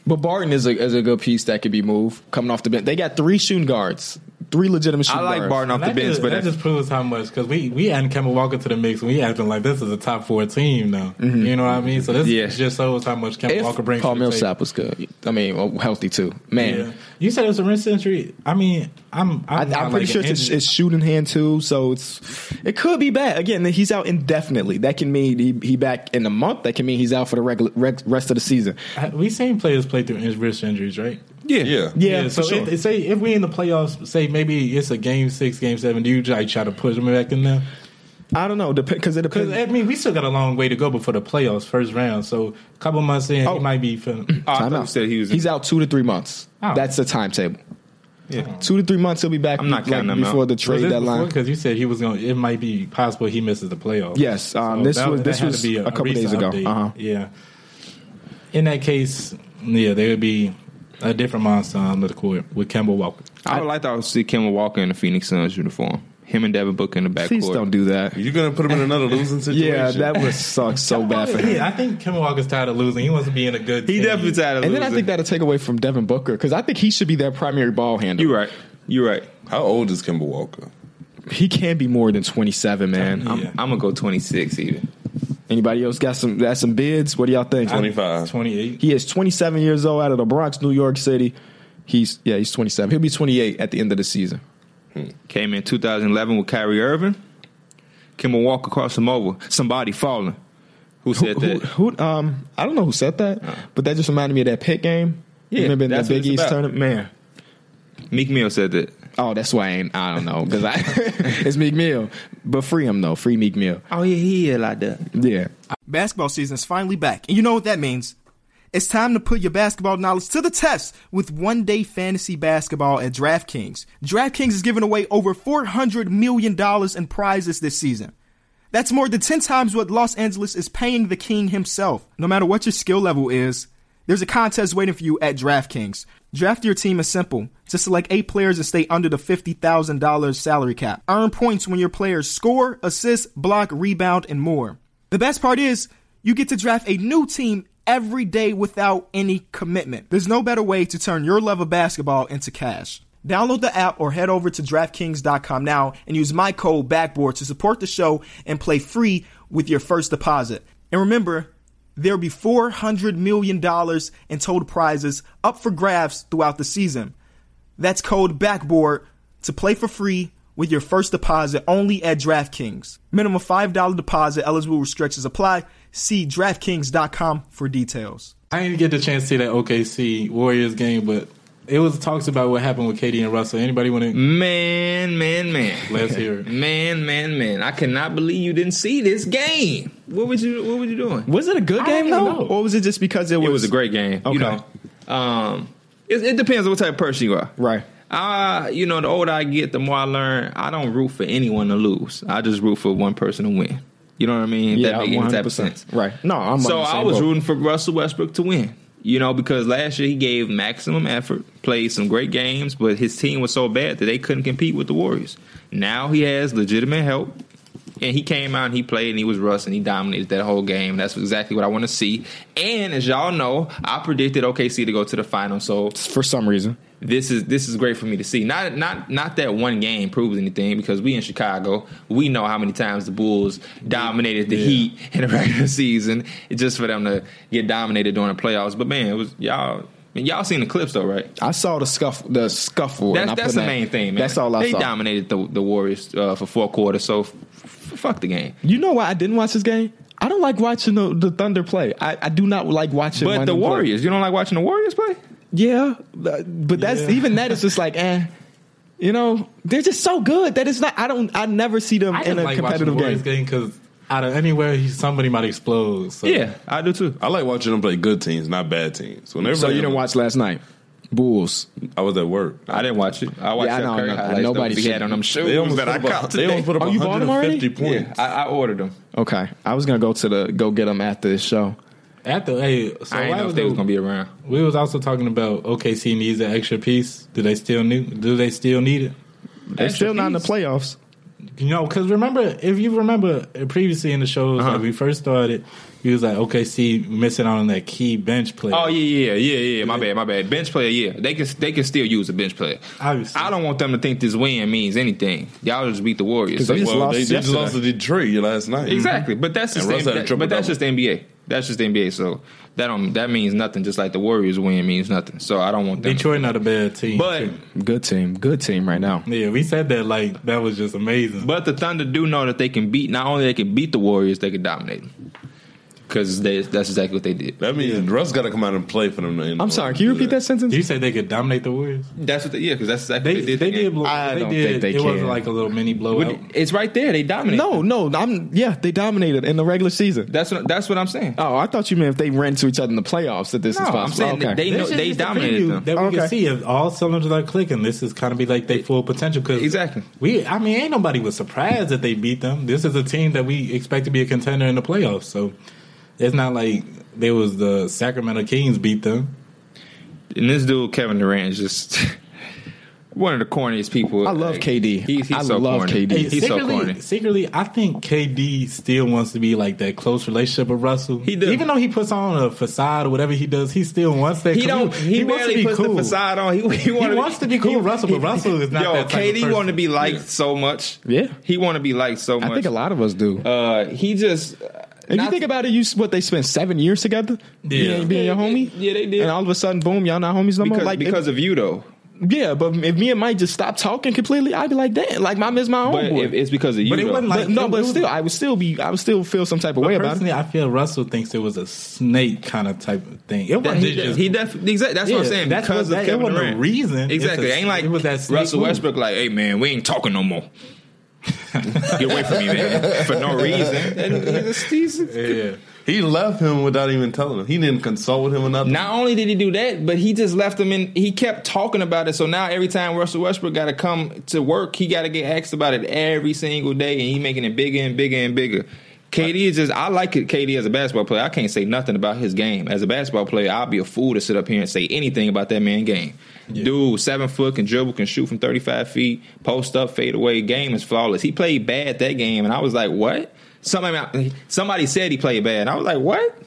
But Barton is a is a good piece that could be moved coming off the bench. They got three shooting guards, three legitimate I shooting like guards. Barton off the That bench, just, but that just proves how much because we we adding Kemba Walker to the mix. We acting like this is a top four team now. Mm-hmm. You know what I mean? So this Yeah. just shows how much Kemba Walker If brings. Paul to the Millsap was good, I mean well, healthy too. Man, table. Yeah. you said it was a rinse century. I mean, I'm I, I'm, I'm not pretty like sure an it's, engine- it's shooting hand too, so it's it could be bad. Again, he's out indefinitely. That can mean he, he back in a month. That can mean he's out for the regular reg, rest of the season. I- we seen players play through in- wrist injuries, right? Yeah. Yeah. Yeah, so for sure. if, say if we in the playoffs, say maybe it's a game six, game seven. Do you like try to push them back in there? I don't know because it Because depends. I mean, we still got a long way to go before the playoffs, first round. So a couple months in, Oh. he might be feeling. I thought Time you out. said he was in- he's out two to three months. Oh. That's the timetable. yeah. Two to three months, he'll be back. I'm not like, counting him before out. the trade deadline. because you said he was going. to It might be possible he misses the playoffs. Yes, um, this was this had was to a, couple days recent ago. update. Uh-huh. Yeah. In that case, yeah, there would be a different monster on the court with Kemba Walker. I would like to see Kemba Walker in the Phoenix Suns uniform. Him and Devin Booker in the backcourt. Please don't do that. You're gonna put him in another losing situation. Yeah, that would suck so bad for him. Yeah, I think Kemba Walker's tired of losing. He wants to be in a good. He team. definitely tired of And losing. then I think that'll take away from Devin Booker because I think he should be their primary ball handler. you're right. You're right. How old is Kimber Walker? He can be more than 27, man. I'm, Yeah. I'm gonna go 26 even. Anybody else got some got some bids? What do y'all think? Twenty five. Twenty-eight. He is 27 years old out of the Bronx, New York City. He's yeah, he's 27. He'll be 28 at the end of the season. Came in 2011 with Kyrie Irving. Kemba Walker crossed him over. Somebody falling. Who said Who, that? who um I don't know who said that, but that just reminded me of that pit game. Yeah, Remember in the that's what Big it's East about. tournament, man. Meek Mill said that. Oh, that's why I, ain't, I don't know because I it's Meek Mill, but free him though, free Meek Mill. Oh yeah, he like that. Yeah, Basketball season is finally back, and you know what that means. It's time to put your basketball knowledge to the test with one day fantasy basketball at DraftKings. DraftKings is giving away over $400 million in prizes this season. That's more than 10 times what Los Angeles is paying the king himself. No matter what your skill level is, there's a contest waiting for you at DraftKings. Draft your team is simple. Just select eight players and stay under the $50,000 salary cap. Earn points when your players score, assist, block, rebound, and more. The best part is, you get to draft a new team every day without any commitment. There's no better way to turn your love of basketball into cash. Download the app or head over to DraftKings.com now and use my code BACKBOARD to support the show and play free with your first deposit. And remember, there'll be $400 million in total prizes up for grabs throughout the season. That's code BACKBOARD to play for free with your first deposit only at DraftKings. Minimum $5 deposit, eligible restrictions apply. See DraftKings.com for details. I didn't get the chance to see that OKC Warriors game, but it was talks about what happened with Katie and Russell. Anybody want Mm, to? Man, man, man. Let's hear it. Man, man, man. I cannot believe you didn't see this game. What would you what were you doing? Was it a good game don't though, know. or was it just because it was? It was a great game. Okay. You know. Um it, it depends on what type of person you are. right. I, you know, the older I get, the more I learn. I don't root for anyone to lose. I just root for one person to win. You know what I mean? If that make any type 100%. of sense. Right. No, I'm on so the same I was boat. rooting for Russell Westbrook to win. You know, because last year he gave maximum effort, played some great games, but his team was so bad that they couldn't compete with the Warriors. Now he has legitimate help, and he came out and he played and he was Russ and he dominated that whole game. That's exactly what I want to see. And as y'all know, I predicted OKC to go to the final, so For some reason, this is this is great for me to see. Not not not that one game proves anything because we in Chicago, we know how many times the Bulls dominated the Heat in the regular season just for them to get dominated during the playoffs. But man, it was y'all. I mean, y'all seen the clips though, right? I saw the scuffle. The scuffle. Oh, and I That's, put that's the that- main thing, man. That's all I they saw. dominated the, the Warriors uh, for four quarters, so f- f- fuck the game. You know why I didn't watch this game? I don't like watching the, the Thunder play. I, I do not like watching. But London the play. Warriors, you don't like watching the Warriors play? Yeah, but but that's Yeah. even that is just like eh. You know, they're just so good that it's not. I don't. I never see them I in didn't a like watching the competitive game. Warriors game because out of anywhere, he, somebody might explode. So. Yeah, I do too. I like watching them play good teams, not bad teams. Whenever So you didn't watch last night, Bulls. I was at work. I didn't watch it. I watched Yeah, I that know, Curry I know. highlights though, Nobody because he should- had on them shoes They almost that I put up, caught they today. almost put up Oh, you bought them already? 150 points. yeah, I, I ordered them. Okay, I was gonna go to the go get them after this show. At the hey, I so didn't why know if was they was the, gonna be around. we was also talking about OKC needs an extra piece. Do they still need? Do they still need it? They're still not in the playoffs. You know, because remember, if you remember uh, previously in the shows Uh-huh. like we first started, he was like OKC missing out on that key bench player. Oh yeah, yeah, yeah, yeah. My bad, my bad. Bench player, yeah. They can they can still use a bench player. Obviously. I don't want them to think this win means anything. Y'all just beat the Warriors. 'Cause they just Well, lost they, they just yesterday. lost to Detroit last night. exactly. But that's just And the, Russ had a that- triple but that's just double. the NBA. That's just the NBA. So that don't that means nothing. Just like the Warriors win means nothing. So I don't want them. Detroit not a bad team. But too. Good team, good team right now. yeah, we said that like that was just amazing. but the Thunder do know that they can beat. Not only they can beat the Warriors, they can dominate them. Because that's exactly what they did. That means Russ got to come out and play for them. To end I'm sorry. Can you repeat that sentence? you said they could dominate the Warriors. That's what they, yeah. Because that's exactly They what they did. the they game. did. Blow, I they don't did, think they It wasn't can. like a little mini blowout. But It's right there. They dominate. No, no. I'm yeah. They dominated in the regular season. that's what that's what I'm saying. Oh, I thought you meant if they ran to each other in the playoffs that this No, is I'm possible. saying that they- This know- is just a dominated preview them. That we Okay. can see if all cylinders are clicking. This is kind of be like they full potential. Cause Exactly. We, I mean, ain't nobody was surprised that they beat them. This is a team that we expect to be a contender in the playoffs. So it's not like they was the Sacramento Kings beat them. And this dude, Kevin Durant, is just one of the corniest people. I love KD. He's, he's I so love corny. KD. Hey, He's so secretly, corny. secretly, I think KD still wants to be like that close relationship with Russell. He do. even though he puts on a facade or whatever he does, he still wants that. He commu- don't. He, wants to barely be puts cool. the facade on. He, he, He wanna wants to be cool, with Russell, but Russell is not Yo, that type of KD person. want to be liked so much. Yeah. he want to be liked so much. I think a lot of us do. Uh, he just. if you think about it, you s- what they spent seven years together. You Yeah. ain't being your homie. Yeah, they did. And all of a sudden, boom, y'all not homies no because, more. Like because of you though, if- yeah, but if me and Mike just stopped talking completely, I'd be like, damn, like my is my but homeboy. if it's because of you. But it though. wasn't But like no, it but was- still, I would still be, I would still feel some type of way about it. Personally, I feel Russell thinks it was a snake kind of type of thing. It That wasn't he, just. he definitely exactly that's what I'm Yeah, saying that's because what- that- of it Kevin wasn't a Durant. reason. exactly. It's It a- ain't like it was that snake Russell move. Westbrook like, hey man, we ain't talking no more. Get away from me, man, for no reason. And he's, he's, yeah, He left him without even telling him. He didn't consult with him or nothing. Not only did he do that, but he just left him in. He kept talking about it. So now every time Russell Westbrook got to come to work, he got to get asked about it every single day, and he making it bigger and bigger and bigger. KD is just. I like it. KD as a basketball player. I can't say nothing about his game as a basketball player. I'd be a fool to sit up here and say anything about that man game. Dude, seven foot can dribble, can shoot from thirty five feet, post up, fade away. Game is flawless. He played bad that game, and I was like, what? Somebody, somebody said he played bad. And I was like, what?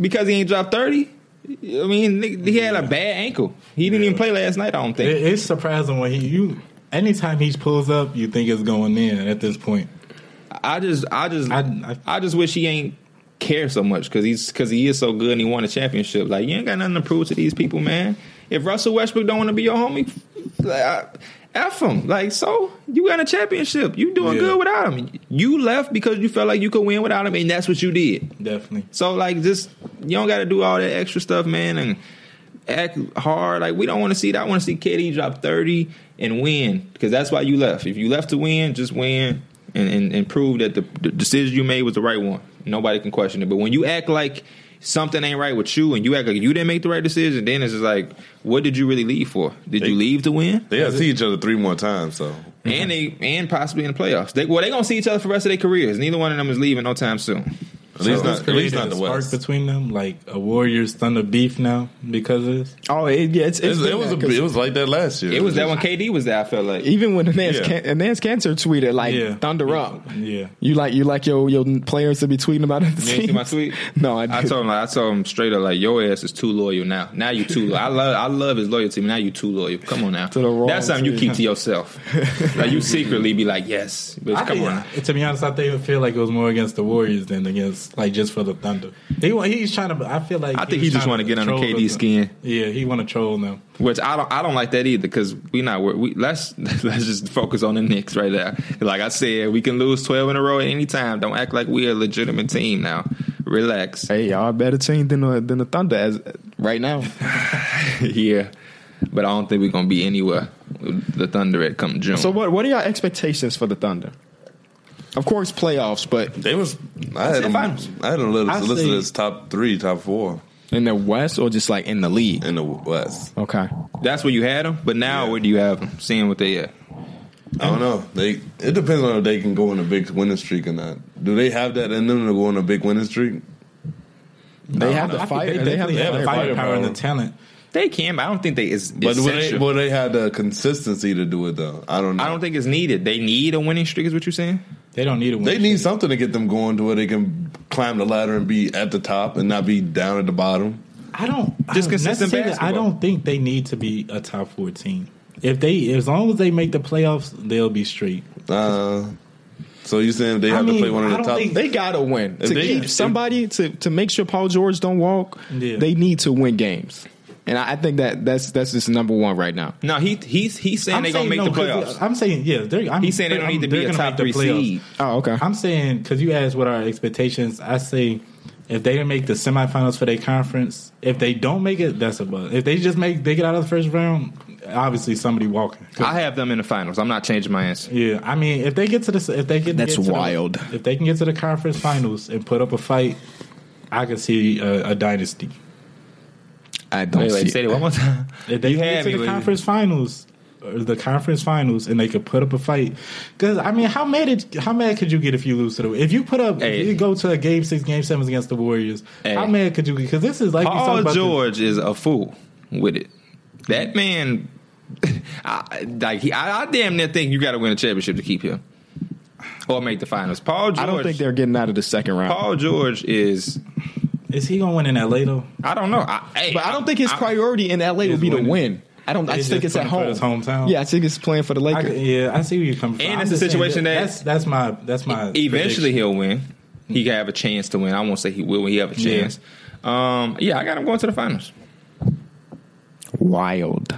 because he ain't dropped 30. I mean, nigga, he had a bad ankle. He didn't even play last night, I don't It, think. it's surprising when he you. Anytime he pulls up, you think it's going in at this point. I just I just I, I- just wish he ain't care so much cuz he's cuz he is so good and he won a championship. Like you ain't got nothing to prove to these people, man. If Russell Westbrook don't want to be your homie, like, I- F him. Like so, you got a championship. You doing Yeah. good without him. You left because you felt like you could win without him and that's what you did. Definitely. So like, just you don't got to do all that extra stuff, man, and act hard. Like we don't want to see that. I want to see KD drop thirty and win because that's why you left. If you left to win, just win and and, and prove that the, the decision you made was the right one. Nobody can question it. But when you act like something ain't right with you and you act like you didn't make the right decision, then it's just like, what did you really leave for? Did you leave to win? They gotta see each other three more times, so And they and possibly in the playoffs. They, well, they gonna see each other for the rest of their careers. Neither one of them is leaving no time soon. at least It's not at least created not the a spark West. between them, like a Warriors Thunder beef now because of this. Oh, it, yeah, it's, it's It's- it been was that, a, 'cause it was like that last year. It was that when KD was there. I felt like Even when Nance, Yeah. can, Nance Cancer tweeted like Yeah. "Thunder up," Yeah, you like you like your your players to be tweeting about it. You ain't see my tweet? No, I I didn't. told him like I told him straight up like your ass is too loyal now. Now you too loyal. I love I love his loyalty. but Now you too loyal. Come on now. To the wrong That's something you team. keep to yourself. like you secretly be like yes, bitch. I come think- on. now. To be honest, I think it feel like it was more against the Warriors than against like just for the Thunder. He wa- he's trying to. I feel like I think he was just trying wanna get under troll KD 's them. skin. Yeah, he want to troll them. Which I don't I don't like that either because we not wor- we let's let's just focus on the Knicks right now. Like I said, we can lose twelve in a row at any time. Don't act like we're a legitimate team now. Relax. Hey, y'all a better team than the, than the Thunder as right now. yeah, but I don't think we're gonna be anywhere. with The Thunder at come June. so what what are your expectations for the Thunder? Of course, playoffs, but They was I had said them, finals. I had a little I listed say- as top three, top four in the West or just like in the league. in the West. Okay, That's where you had them, but now where do you have them? Seeing what they at. I don't know. They it depends on if they can go on a big winning streak or not. Do they have that in them to go on a big winning streak? they have I the think fire. They, have definitely the have fire. the firepower and the firepower. talent. They can, but I don't think they is But will they, essential. will they have the consistency to do it though? I don't know. I don't think it's needed. They need a winning streak. Is what you're saying? They don't need a win. they need something to get them going to where they can climb the ladder and be at the top and not be down at the bottom. I don't I Just don't consistent necessarily- I basketball. don't think they need to be a top four team. If they, as long as they make the playoffs, they'll be straight. Uh, so you saying they I have to mean, play one of I the don't top? think- They gotta win to they- keep if- somebody to to make sure Paul George don't walk. Yeah. They need to win games, and I, I think that that's that's just number one right now. No, he he's he's saying they're gonna make the no, 'cause playoffs. I'm saying yeah. They're, I'm, He's saying they don't I'm- need to be they're a gonna top make the three playoffs. seed. Oh, okay. I'm saying because you asked what our expectations. I say if they didn't make the semifinals for their conference, if they don't make it, that's a buzz. If they just make they get out of the first round, obviously somebody walking. I have them in the finals. I'm not changing my answer. Yeah, I mean if they get to the if they get That's get to the- wild. if they can get to the conference finals and put up a fight, I could see a, a dynasty. I don't Wait, wait, see. say It. that one more time. If they you can had get me. to the with- conference finals, or the conference finals, and they could put up a fight. Because I mean, how mad did, how mad could you get if you lose to the if you put up Hey. if you go to a game six, game sevens against the Warriors? Hey. How mad could you get? Because this is like we talked Paul about the- George is a fool with it. That man, I, like he, I, I damn near think you got to win a championship to keep him or make the finals. Paul George. I don't think they're getting out of the second round. Paul George is. is he gonna win in L.A. though? I don't know. I, hey, But I don't think his I- priority in LA would be to winning. win. I don't. I He's just think it's just at home. playing for his hometown. Yeah, I think it's playing for the I, Lakers. could- yeah, I see where you're coming from. And I'm it's a just saying situation that- that's that's my that's my Eventually, prediction. he'll win. He can have a chance to win. I won't say he will, but he have a Yeah. chance. Yeah, um, yeah I got him going to the finals. Wild.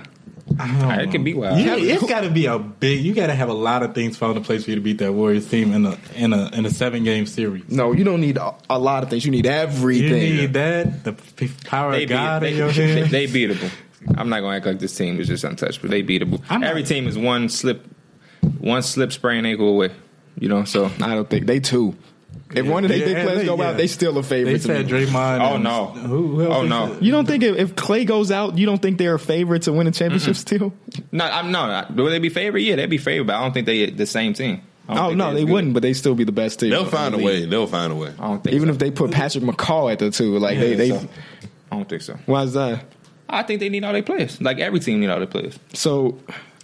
I don't It know. could be wild. You- it's got to be a big. You got to have a lot of things fall into place for you to beat that Warriors team in a in a in a seven game series. No, you don't need a, a lot of things. You need You everything. need that the p- power They of beat, God they, in your they, hand. they beatable. I'm not gonna act like this team is just untouchable. They beatable. I'm not- Every team is one slip, one slip sprain ankle away. You know, so I don't think they too. If one of their Yeah, big players they- go yeah. out, they still a favorite. They to said me. Draymond. Oh, and- no. Who, who else Oh, they no. said? You don't think if, if Clay goes out, you don't think they're a favorite to win a championship still? No, I'm no. Would they be favored? Yeah, they'd be favored, but I don't think they the same team. I don't Oh think no, as they good. wouldn't, but they still be the best team. They'll find a way. They'll find a way. I don't think Even so. if they put Patrick McCall at the two, like they they so- I don't think so. why is that? I think they need all their players. Like every team need all their players. So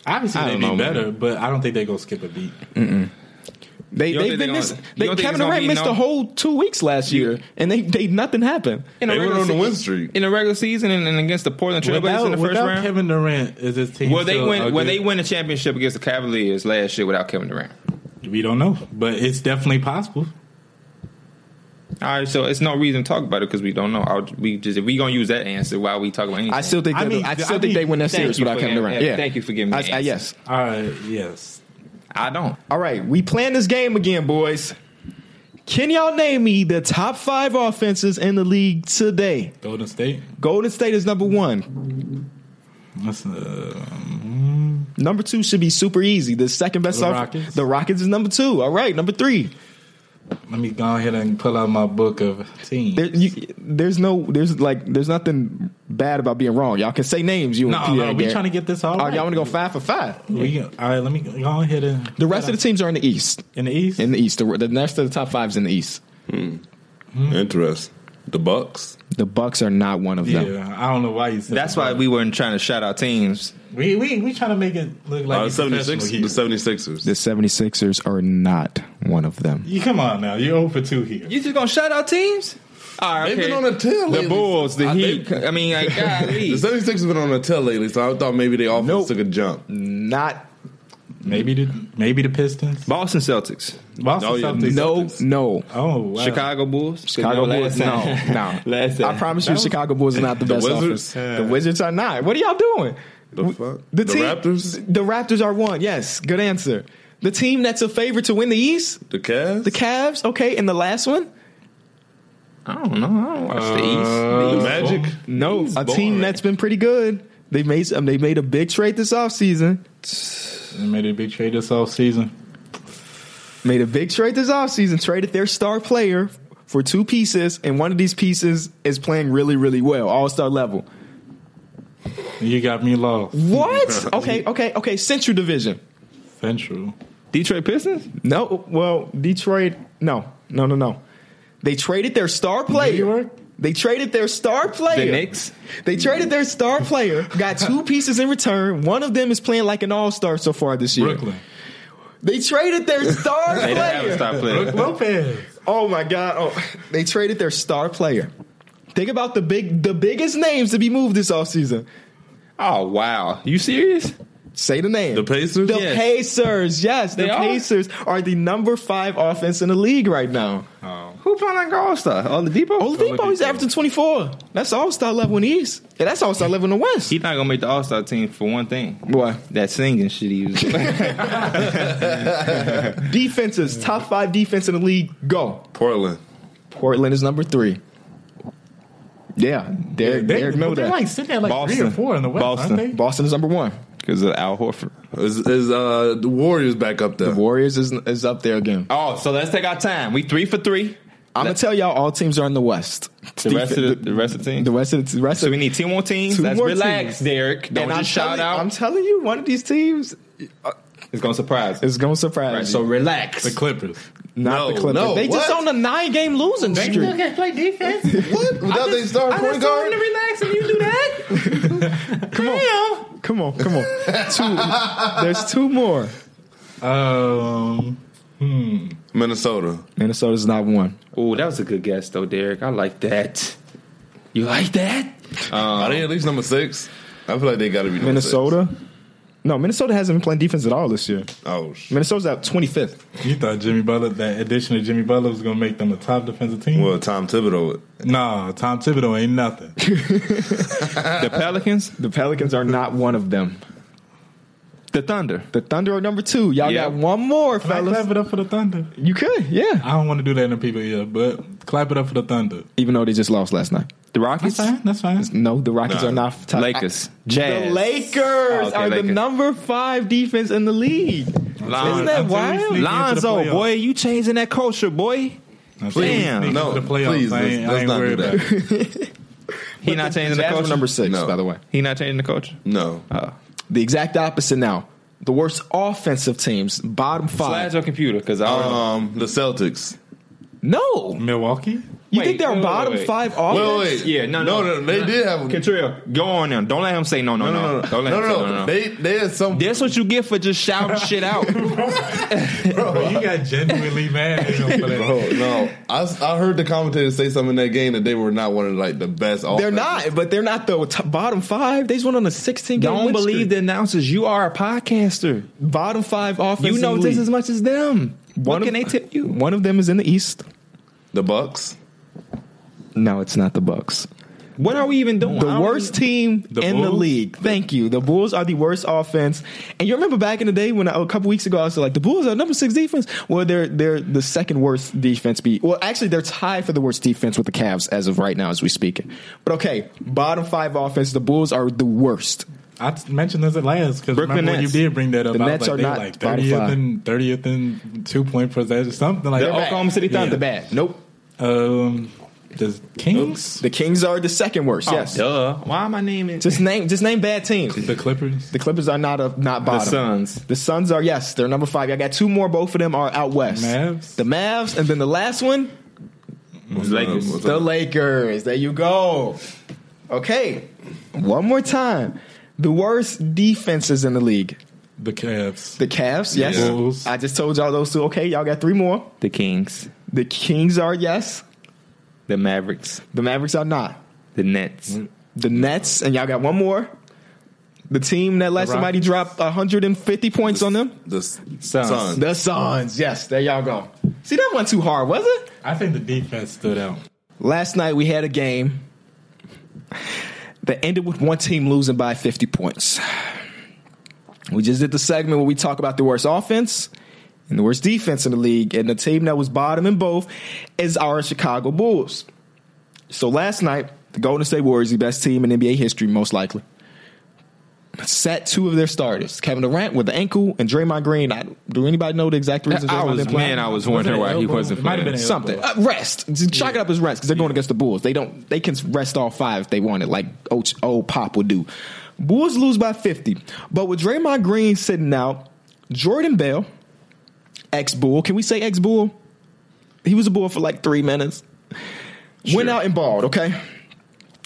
Obviously, I don't they'd be know, man. better, but I don't think they go skip a beat. they You don't they've think been they this. gonna- you They, don't Kevin think it's gonna Durant be missed no- the whole two weeks last year, and they they nothing happened. In They went regular on the se- win streak. in the regular season and, and against the Portland Trailblazers Without, in the first without round. Kevin Durant, is this team? well, they still win. a Well, good- they win a championship against the Cavaliers last year without Kevin Durant. We don't know, but it's definitely possible. All right, so it's no reason to talk about it because we don't know. I'll, we just if we gonna use that answer, why we talk about anything? I still think I I, mean, I still I think they mean, win that thank series you without for Kevin giving- Durant. yeah, Yeah, thank you for giving me I, the I, answer. yes. All right, yes. I don't. All right, we playing this game again, boys. Can y'all name me the top five offenses in the league today? Golden State. Golden State is number one. That's, uh, Number two should be super easy. The second best The off- Rockets. The Rockets is number two. All right, number three. let me go ahead and pull out my book of teams. There, you, there's no, there's like, there's nothing bad about being wrong. Y'all can say names. You no, and Pierre no, we Garrett. trying to get this all. All Right. right, Uh, y'all want to go five for five? We, all right, let me go ahead and The rest of the teams are in the East. in the East. In the East, the, the rest of the top five is in the East. Interesting. The Bucks. The Bucks are not one of them. yeah, I don't know why you said That's that. why we weren't trying to shout out teams. we we we trying to make it look like Uh, it's 76, the professional here. 76ers. The 76ers are not one of them. You come on now, you're over two here. You just gonna shout out teams? All right, They've okay. been on a tail The lately. Bulls, the I- they- Heat. I mean, like, The golly. 76ers have been on a tail lately, so I thought maybe they offense Nope. took a jump. Not Maybe the maybe the Pistons. Boston Celtics, Boston Oh, yeah. Celtics. no, Celtics. no. Oh wow. Chicago Bulls, Chicago No, Bulls, last no, time. no. Last I time. promise you, Chicago Bulls is not the, best Wizards? offense. The Wizards are not. What are y'all doing? The fuck? The, The team, Raptors? The Raptors are one. Yes, good answer. The team that's a favorite to win the East, The Cavs? the Cavs. Okay, and the last one, I don't know. I don't watch the East. The Uh, the East. Magic? no, a team boring. that's been pretty good. They made um, they made a big trade this offseason. They made a big trade this offseason. Made a big trade this offseason. Traded their star player for two pieces, and one of these pieces is playing really, really well, all star level. You got me lost. What? Okay, okay, okay. Central Division. Central. Detroit Pistons. No, well, Detroit. No, no, no, no. They traded their star player. York? They traded their star player. Knicks? They traded their star player. Got two pieces in return. One of them is playing like an all star so far this year. Brooklyn. They traded their star They didn't have player. a star player. Lopez. Oh my god! Oh, they traded their star player. Think about the big, the biggest names to be moved this offseason. Oh wow, you serious? Say the name. The Pacers? The Yes. Pacers, yes, the They are? Pacers are the number five offense in the league right now. Who found that all star? Oladipo. Oladipo, he's Oladipo. averaging 24. That's all star level in the East. Yeah, that's all star level in the West. He's not gonna make the All Star team for one thing. Boy, That singing shit he was. defenses, top five defense in the league, go. Portland. Portland is number three. Yeah, They, Derek, Derek know they're that. like sitting at like three or Boston. four in the West, Boston. aren't they? Boston is number one. because of Al Horford. Is, is uh, the Warriors back up there? The Warriors is, is up there again. Oh, so let's take our time. We three for three. I'm gonna tell y'all, all teams are in the West. The rest of the, the rest of the team. the rest of the rest so of we need two more teams. Two Let's more teams. relax, Derek. Don't I'm just shout telling- out. I'm telling you, one of these teams it's gonna surprise. is gonna surprise Right, you. so relax. The Clippers. Not the No, Clippers. no, they just what? on a nine game losing streak. can play defense. What? Without their star point told guard? him to relax, and you do that. Come on, come on, come on. two. There's two more. um, Minnesota. Minnesota's not one. Oh, that was a good guess, though, Derek. I like that. You like that? Are Oh, they at least number six? I feel like they got to be number Minnesota. No, Minnesota hasn't been playing defense at all this year. six. Oh, shit. Minnesota's at 25th. you thought Jimmy Butler, that addition of Jimmy Butler was gonna make them a top defensive team? Well, Tom Thibodeau. Nah, Tom Thibodeau ain't nothing. The Pelicans, The Pelicans are not one of them. the Thunder. The Thunder are number two. Y'all Yeah. got one more, Can I fellas. clap it up for the Thunder? You could, yeah. I don't want to do that in the people ear, but clap it up for the Thunder. Even though they just lost last night. The That's Rockets, fine. That's fine. No, the Rockets Nah. are not top. Lakers, The Jazz, Lakers Oh, okay, are Lakers. the number five defense in the league. Lon- Isn't that Until we wild? sneak into the Lonzo, playoffs. boy, you changing that culture, boy. Please, Damn. no, the playoffs. please, I let's- ain't, I let's ain't not do worried that. about it. He not changing the Jazz were coach number six, No. by the way. He not changing the coach. No. Oh. The exact opposite now. The worst offensive teams, bottom five. Slash your computer because I don't know. Um, the Celtics. No, Milwaukee. you Wait, think they're wait, wait, bottom wait. five Wait, offense? wait, wait. Oh, Yeah, no, no, no, they did have. A, Kentrell, go on them. Don't let him say no, no, no, no, no, no, no, Don't let no, him say no, no. They, they had some. That's what you get for just shouting shit out. Bro, you got genuinely mad at him for that. Bro, no, I, s- I heard the commentators say something in that game that they were not one of like the best. They're offenses. not, but they're not the t- bottom five. They just went on a 16 game Don't win believe streak. the announcers. You are a podcaster. Bottom five offense. You know just as much as them. What One of- can they tip you? One of them is in the East. The Bucks. No, it's not the Bucks. What are we even doing? I The don't worst team The in the Bulls? league. Thank you. The Bulls are the worst offense. And you remember back in the day when I, a couple weeks ago I was like, the Bulls are number six defense. Well, they're they're the second worst defense. Be well, actually they're tied for the worst defense with the Cavs as of right now as we speak. But okay, bottom five offense. The Bulls are the worst. I t- mentioned this at last because Brooklyn remember when you Nets. did bring that up. The I was Nets like, are they not like bottom thirtieth five. and thirtieth and two point percentage, something like The that. Oklahoma City Yeah. Thunder. bad. Nope. Um, the Kings, The Kings are the second worst. Oh, yes. Duh. Why am I naming Just name just name bad teams. the Clippers. The Clippers are not a not the bottom. Suns? The Suns are yes, they're number five. I got two more. Both of them are out west. Mavs? the Mavs, and then the last one, Lakers. What's the up? Lakers. There you go. Okay, one more time. The worst defenses in the league. The Cavs. The Cavs, yes. Yeah. Bulls. I just told y'all those two. Okay, y'all got three more. The Kings. The Kings are yes. The Mavericks. The Mavericks are not. The Nets. The Nets, and y'all got one more. The team that let The somebody Rockets. drop 150 points on them. The S- Suns. Suns. The Suns, yes. There y'all go. See, that wasn't too hard, was it? I think the defense stood out. Last night we had a game that ended with one team losing by 50 points. We just did the segment where we talk about the worst offense and the worst defense in the league, and the team that was bottom in both is our Chicago Bulls. So last night, the Golden State Warriors, the best team in NBA history, most likely, sat two of their starters, Kevin Durant with the ankle and Draymond Green. I, do anybody know the exact reason? I Draymond was didn't play? man. I was Was it wondering an why he elbow? wasn't It might have playing. been an something elbow. uh, rest. Just Chalk it up as rest because they're going against the Bulls. They don't. They can rest all five if they want it, like old, old Pop would do. Bulls lose by fifty, but with Draymond Green sitting out, Jordan Bell, ex Bull, can we say ex Bull? He was a Bull for like three minutes. Went out and balled. Okay,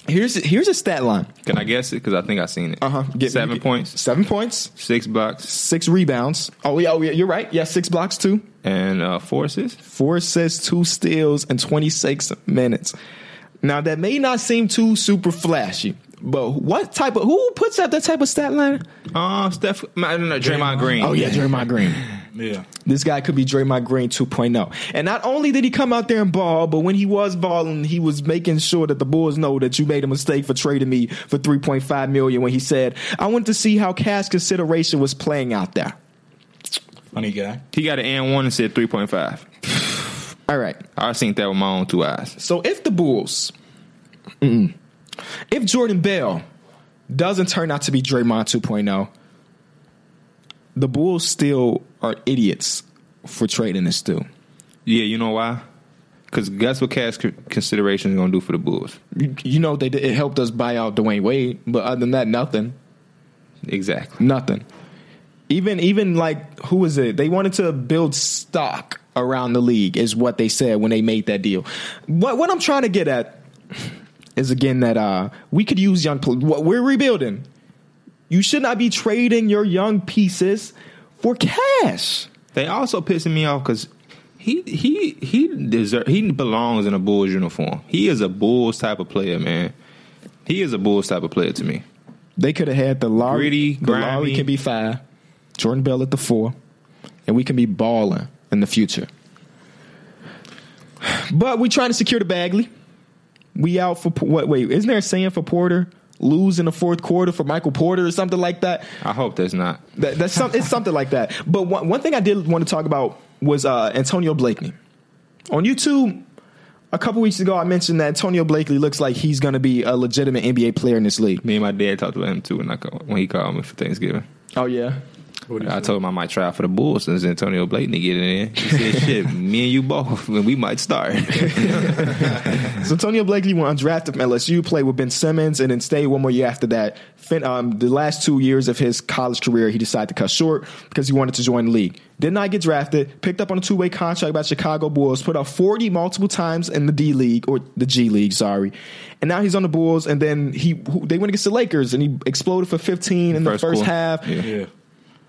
here's here's a stat line. Can I guess it? Because I think I seen it. Uh huh. Uh-huh. Seven points, Seven points. six blocks, Six rebounds. Oh yeah. Oh yeah. You're right. Yeah. Six blocks too. and uh, four assists. four assists, two steals, and 26 minutes. Now that may not seem too super flashy, but what type of who puts out that type of stat line? Um, Steph. I don't know. Draymond Draymond. Green. Oh yeah, Draymond Green. Yeah, This guy could be Draymond Green 2.0. And not only did he come out there and ball, but when he was balling, he was making sure that the Bulls know that you made a mistake for trading me for 3.5 million when he said, "I want to see how cash consideration was playing out there." funny guy. He got an and one and said three point five. All right. I seen that with my own two eyes. So if the Bulls, mm-mm. if Jordan Bell doesn't turn out to be Draymond 2.0, the Bulls still are idiots for trading this dude. Yeah, you know why? Because guess what cash c- consideration is going to do for the Bulls? You, you know they did, it helped us buy out Dwayne Wade, but other than that, nothing, Exactly. nothing. Even even like who is it? They wanted to build stock around the league, is what they said when they made that deal. What what I'm trying to get at is again that uh, we could use young. pl- What we're rebuilding, you should not be trading your young pieces for cash. They also pissing me off because he he he deserve he belongs in a Bulls uniform. He is a Bulls type of player, man. He is a Bulls type of player to me. They could have had the Lowry. Gritty, the Lowry grimy. can be five, Jordan Bell at the four, and we can be balling in the future. But we trying to secure the Bagley. We out for what? Wait, isn't there a saying for Porter? Lose in the fourth quarter for Michael Porter or something like that. I hope that's not. That, that's some, it's something like that. But one, one thing I did want to talk about was uh, Antonio Blakeney. On YouTube, a couple weeks ago, I mentioned that Antonio Blakeley looks like he's going to be a legitimate NBA player in this league. Me and my dad talked about him too when I call, when he called me for Thanksgiving. Oh yeah, What'd he I say? told him I might try out for the Bulls since Antonio Blayton get in. He said, "Shit, me and you both, and we might start." So Antonio Blakely went undrafted from LSU, played with Ben Simmons, and then stayed one more year after that. Fin- um, the last two years of his college career, he decided to cut short because he wanted to join the league. Did not get drafted, picked up on a two way contract by Chicago Bulls, put up 40 multiple times in the D League, or the G League, sorry. And now he's on the Bulls, and then he who- they went against the Lakers, and he exploded for 15 in the First first quarter. half Yeah.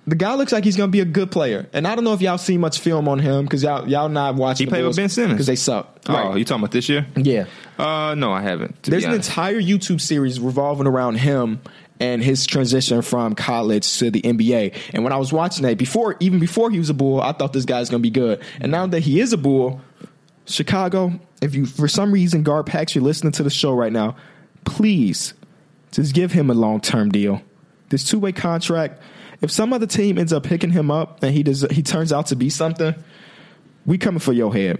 the guy looks like he's gonna be a good player, and I don't know if y'all see much film on him because y'all y'all not watching. He played with Ben Simmons. because they suck. Oh, you talking about this year? Yeah, Uh, no, I haven't. To there's be an honest. entire YouTube series revolving around him and his transition from college to the NBA. And when I was watching that before, even before he was a Bull, I thought this guy's gonna be good. And now that he is a Bull, Chicago, if you for some reason Gar Pax, you're listening to the show right now, please just give him a long term deal. This two way contract. If some other team ends up picking him up and he does, he turns out to be something, we coming for your head.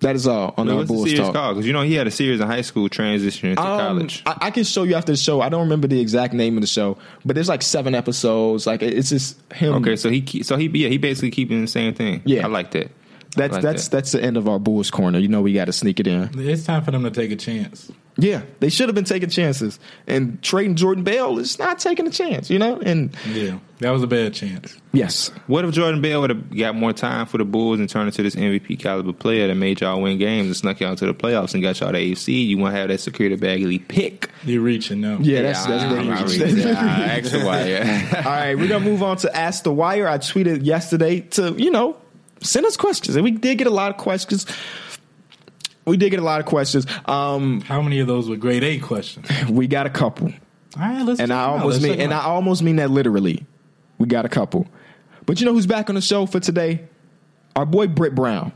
That is all on Wait, our what's the Bulls series talk. called? Because you know he had a series in high school transitioning to Um, college. I, I can show you after the show. I don't remember the exact name of the show, but there's like seven episodes. Like it- it's just him. Okay, so he ke- so he yeah he basically keeping the same thing. Yeah. I like that. that's I like that's that. that's the end of our Bulls corner. You know we got to sneak it in. It's time for them to take a chance. Yeah, they should have been taking chances and trading Jordan Bell is not taking a chance. You know, and Yeah. That was a bad chance. yes, What if Jordan Bell would have got more time for the Bulls and turned into this MVP caliber player that made y'all win games and snuck y'all to the playoffs and got y'all the AFC? You want to have that security Bagley pick? You're reaching now. yeah, that's that's I- very I- I much. read that. I asked the why. yeah. All right, we're gonna move on to Ask the Wire. I tweeted yesterday to you know send us questions, and we did get a lot of questions. We did get a lot of questions. Um, How many of those were grade A questions? we got a couple. All right, let's and I almost mean and I almost mean that literally. We got a couple, but you know who's back on the show for today? Our boy Britt Brown.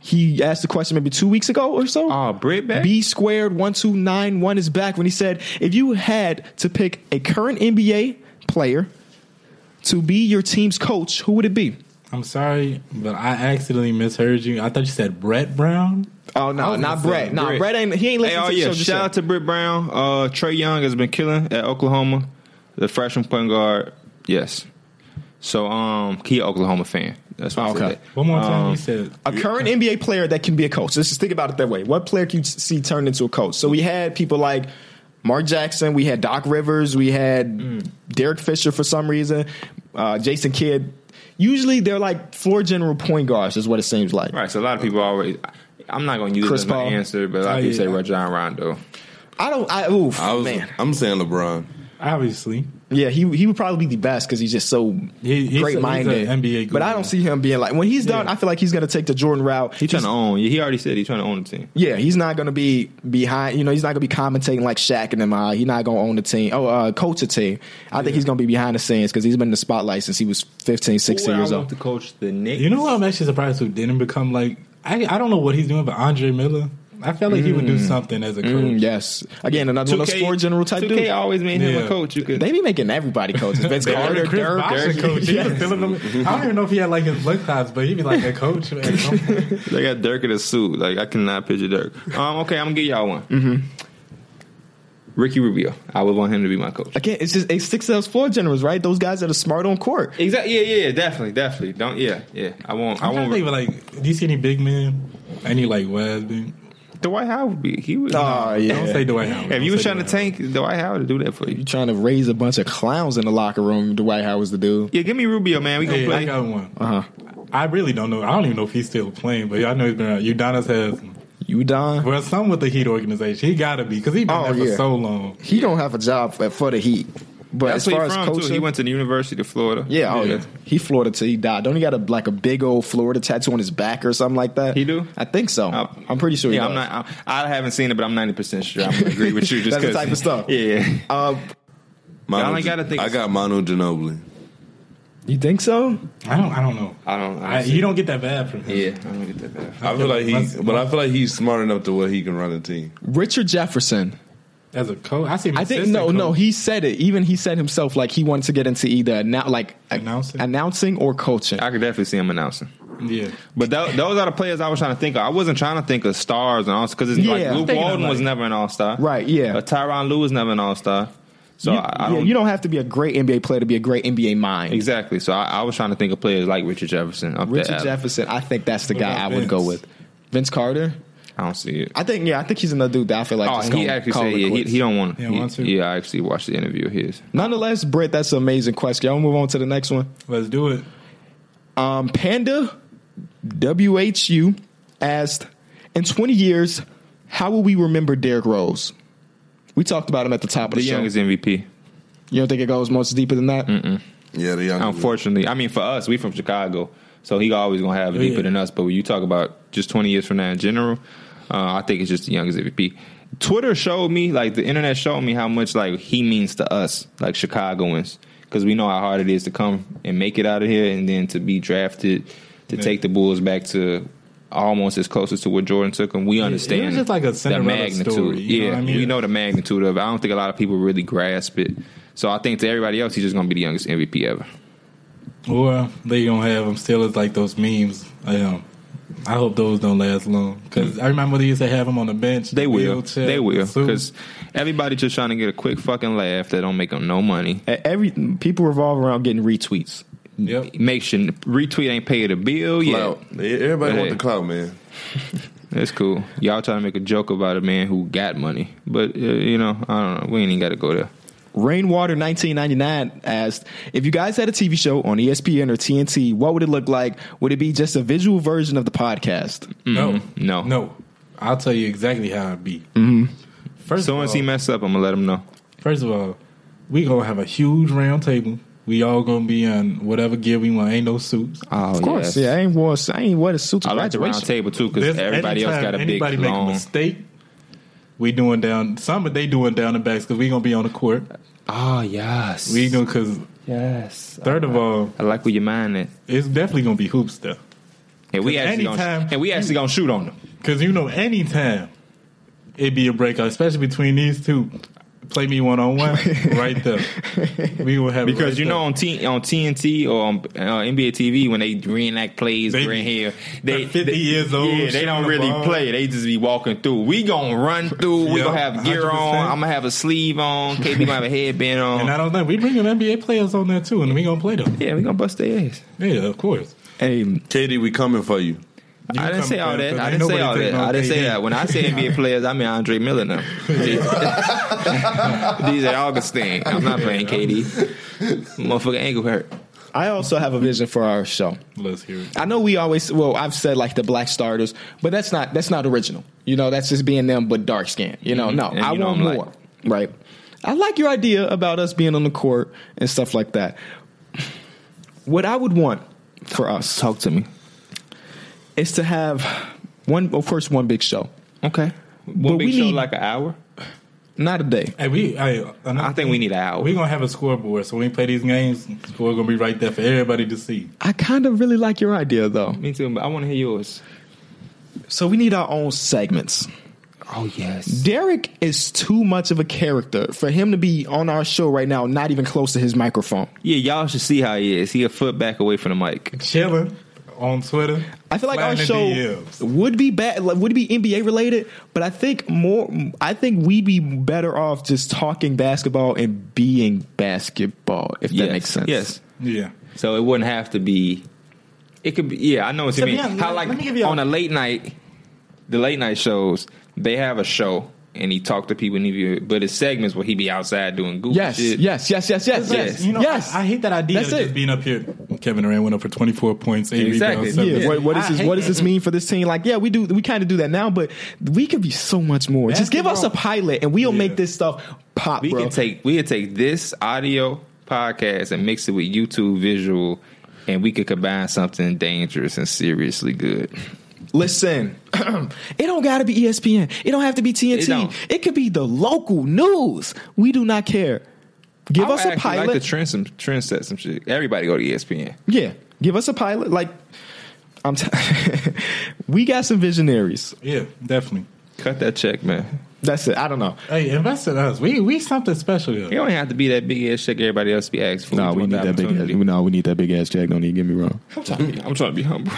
He asked the question maybe two weeks ago or so. Oh, Britt back? B squared one two nine one is back when he said, if you had to pick a current NBA player to be your team's coach, who would it be? am sorry, but I accidentally misheard you. I thought you said Brett Brown. Oh I no, was not gonna say Brett. No, Britt. Brett ain't. He ain't Hey, listening oh to the yeah! show. just Shout yet. out to Britt Brown. Uh, Trey Young has been killing at Oklahoma, the freshman point guard. Yes. So, um, he a Oklahoma fan. That's why I said Okay. that. One more time, Um, you said A current NBA player that can be a coach. Let's just think about it that way. What player can you see turned into a coach? So we had people like Mark Jackson, we had Doc Rivers, we had Derek Fisher for some reason, uh, Jason Kidd. Usually they're like floor general point guards, is what it seems like. Right. So a lot of people always. I'm not going to use Chris Chris my Paul. answer, but a lot of Oh, people yeah. say Rajon Rondo. I don't. I oof, I was, man. I'm saying LeBron. obviously. Yeah, he he would probably be the best because he's just so He- he's a- great minded. he's a NBA but I guru. don't see him being like when he's done. Yeah. I feel like he's going to take the Jordan route. He trying He's- to own. Yeah, he already said he's trying to own the team. Yeah, he's not gonna be behind. You know, he's not gonna be commentating like Shaq and them. Uh, he's not gonna own the team. Oh, uh, coach the team. I think he's gonna be behind the scenes because he's been in the spotlight since he was 15, 16 years old. to coach the Knicks. You know what? I'm actually surprised who didn't become like. I I don't know what he's doing, but Andre Miller. I felt like he would do something as a coach. Mm, yes. Again, another one of those four general type 2K dudes. always made him Yeah. a coach. You could. They be making everybody coaches. Vince Carter, Chris Dirk, Bosh Dirk. a coach. He was Yes. filling them- I don't even know if he had like his blood class, but he'd be like a coach. at some point. They got Dirk in a suit. Like I cannot picture Dirk. Um, okay, I'm gonna give y'all one. Mm-hmm. Ricky Rubio. I would want him to be my coach. Again, it's just it's six of those floor generals, right? Those guys that are smart on court. Exactly. Yeah, yeah, yeah, definitely, definitely. Don't. Yeah, yeah. I won't. I I'm trying won't. to think, but like, do you see any big men? Any like wise men? Dwight Howard would be. He would. Oh Don't yeah. say Dwight Howard. if you Don't was say trying to Dwight Howard. tank Dwight Howard to do that for you. You trying to raise a bunch of clowns in the locker room? Dwight Howard's the dude. Yeah, give me Rubio, man. We gonna Yeah, I play. got one. Uh huh. I really don't know. I don't even know if he's still playing, but I know he's been around. Udonis has, You done? well, some with the Heat organization. He got to be because he's been Oh, there for yeah. so long. He don't have a job for, for the Heat. But as That's where far he as from coaching, too. He went to the University of Florida. Yeah, oh yeah. yeah. He Florida till he died. Don't he got a like a big old Florida tattoo on his back or something like that? He do? I think so. Uh, I'm pretty sure. He Yeah, does. I'm not. I'm, I haven't seen it, but I'm 90 percent sure. I'm gonna agree with you. Just That's the 'cause- type of stuff. Yeah. Uh, Manu, ain't gotta think- I got Manu Ginobili. you think so? I don't. I don't know. I don't. I don't I, see you don't get that bad from him. Yeah, I don't get that bad. I feel like he, but I feel like he's smart enough to where he can run a team. Richard Jefferson. As a coach, I see. Him I think no, no. He said it. Even he said himself like he wanted to get into either now like a- Announcing? announcing or coaching. I could definitely see him announcing. yeah. But tho- those are the players I was trying to think of. I wasn't trying to think of stars and all because it's Yeah. like I'm Luke thinking of, Walden was like- never an all star, Right, yeah. Uh, Tyron Lue was never an all star. So you, I, I yeah, don't. you don't have to be a great NBA player to be a great NBA mind. Exactly. So I, I was trying to think of players like Richard Jefferson. Up Richard there. Jefferson, I think that's the guy about I would go Vince? with. Vince Carter, I don't see it. I think yeah, I think he's another dude that I feel like. Oh, just he gonna actually call said it yeah, he, quits. he don't want. He don't want to? Yeah, I actually watched the interview of his. Nonetheless, Britt, that's an amazing question. Y'all move on to the next one. Let's do it. Um, Panda WHU asked, in 20 years, how will we remember Derrick Rose? We talked about him at the top of The the, show. youngest Mm. MVP. You don't think it goes much deeper than that? Yeah, the young. Unfortunately, I mean for us, we from Chicago, so he always gonna have it Yeah. deeper than us. But when you talk about just twenty years from now in general, uh, I think it's just the youngest MVP. Twitter showed me, like the internet showed me, how much like he means to us, like Chicagoans, because we know how hard it is to come and make it out of here, and then to be drafted to Yeah. take the Bulls back to. Almost as close as to what Jordan took him, we understand. it was just like a Cinderella story, you know yeah, what I mean? we know the magnitude of. it. I don't think a lot of people really grasp it. So I think to everybody else, he's just going to be the youngest MVP ever. Or they gonna have him still as like those memes. I um, I hope those don't last long because I remember they used to have him on the bench. They will. wheelchair, They will. suit. Because everybody just trying to get a quick fucking laugh that don't make them no money. E- Every people revolve around getting retweets. yep. Make sure retweet ain't paid a bill yet. Clout. Everybody Hey. want the clout, man. That's cool. Y'all trying to make a joke about a man who got money, but uh, you know I don't know. We ain't even got to go there. Rainwater 1999 asked, if you guys had a TV show on E ESPN or TNT, what would it look like? Would it be just a visual version of the podcast? No. no. Mm-hmm. No. I'll tell you exactly how it be. First, So of once all, he mess up, I'm gonna let him know. first of all, we gonna have a huge round table. We all gonna be in whatever gear we want. Ain't no suits. Oh, Of course, yeah. I ain't wore, I ain't wear the suit. to I like the round graduation. table too because There's- everybody else anytime got a big anybody make a long. mistake. We doing down some of they doing down the backs because we gonna be on the court. Oh yes, We gonna because yes. third of all, I like where your mind at. it's definitely gonna be hoops though. And we actually anytime- gonna, and we actually gonna shoot on them. Cause you know, anytime it be a breakout, especially between these two, play me one on one right there. We will have it Because right you there. know on T- on TNT or on uh, NBA TV when they reenact plays They- they, in here, they're 50 years old, Yeah, they shooting don't the really ball. play. They just be walking through. We gonna run through. We Yeah, gonna have gear on. 100%. I'm gonna have a sleeve on. KB gonna have a headband and on. I don't know. We bringing NBA players on there too, and we gonna play them. Yeah, we gonna bust their ass. Yeah, of course. Hey, Katie, we coming for you. You I didn't come say all back, that. 'cause I ain't didn't say nobody all that. taking no I didn't say KD. that. When I say NBA players, I mean Andre Miller now. These are Augustine. I'm not playing KD. Motherfucker ankle hurt. I also have a vision for our show. Let's hear it. I know we always well, I've said like the black starters, but that's not that's not original. You know, that's just being them but dark skin. You know, no, Mm-hmm. And you I know want I'm like- more. Right. I like your idea about us being on the court and stuff like that. What I would want for us Talk to me. is to have one of course one big show. Okay. But One big we show need- like an hour. Not a day. Hey, we. Hey, I think we need an hour. We gonna have a scoreboard, so when we play these games, score gonna be right there for everybody to see. I kind of really like your idea though. Me too, but I want to hear yours. So we need our own segments. Oh yes. Derek is too much of a character for him to be on our show right now, not even close to his microphone. Yeah, y'all should see how he is. He a foot back away from the mic. Chilling on Twitter. I feel like our sliding show DMs. would be bad, like, would be NBA related, but I think more. I think we'd be better off just talking basketball and being basketball, if yes. that makes sense. Yes. Yeah. So it wouldn't have to be. It could be. Yeah, I know what So, you mean. yeah, let- how like let me give you a- on a late night, the late night shows they have a show and he talk to people and he, but it's segments where he be outside doing goofy Yes, shit. yes, yes, yes, yes, yes, Yes. You know, yes. I, I hate that idea That's of it. just being up here. Kevin Durant went up for 24 points, eight Exactly. rebounds. seven yeah, Yeah. What, what, is I this, hate what does that. this mean for this team? Like, yeah, we do, we kind of do that now, but we could be so much more. Just give us a Basketball. pilot, and we'll Yeah. make this stuff pop. We bro. can take we could take this audio podcast and mix it with YouTube visual, and we could combine something dangerous and seriously good. Listen, it don't gotta be E ESPN. It don't have to be It TNT. don't. It, could be the local news. We do not care. Give I us a would actually pilot. Like to trend some trend set some shit. Everybody go to E ESPN. yeah, give us a pilot. Like I'm, t- we got some visionaries. Yeah, definitely. Cut that check, man. That's it. I don't know. Hey, invest in us. We we something special here. It don't have to be that big ass check. Everybody else be asked for. We want the opportunity. No, we need that big ass check. Don't even get me wrong. I'm trying to be humble.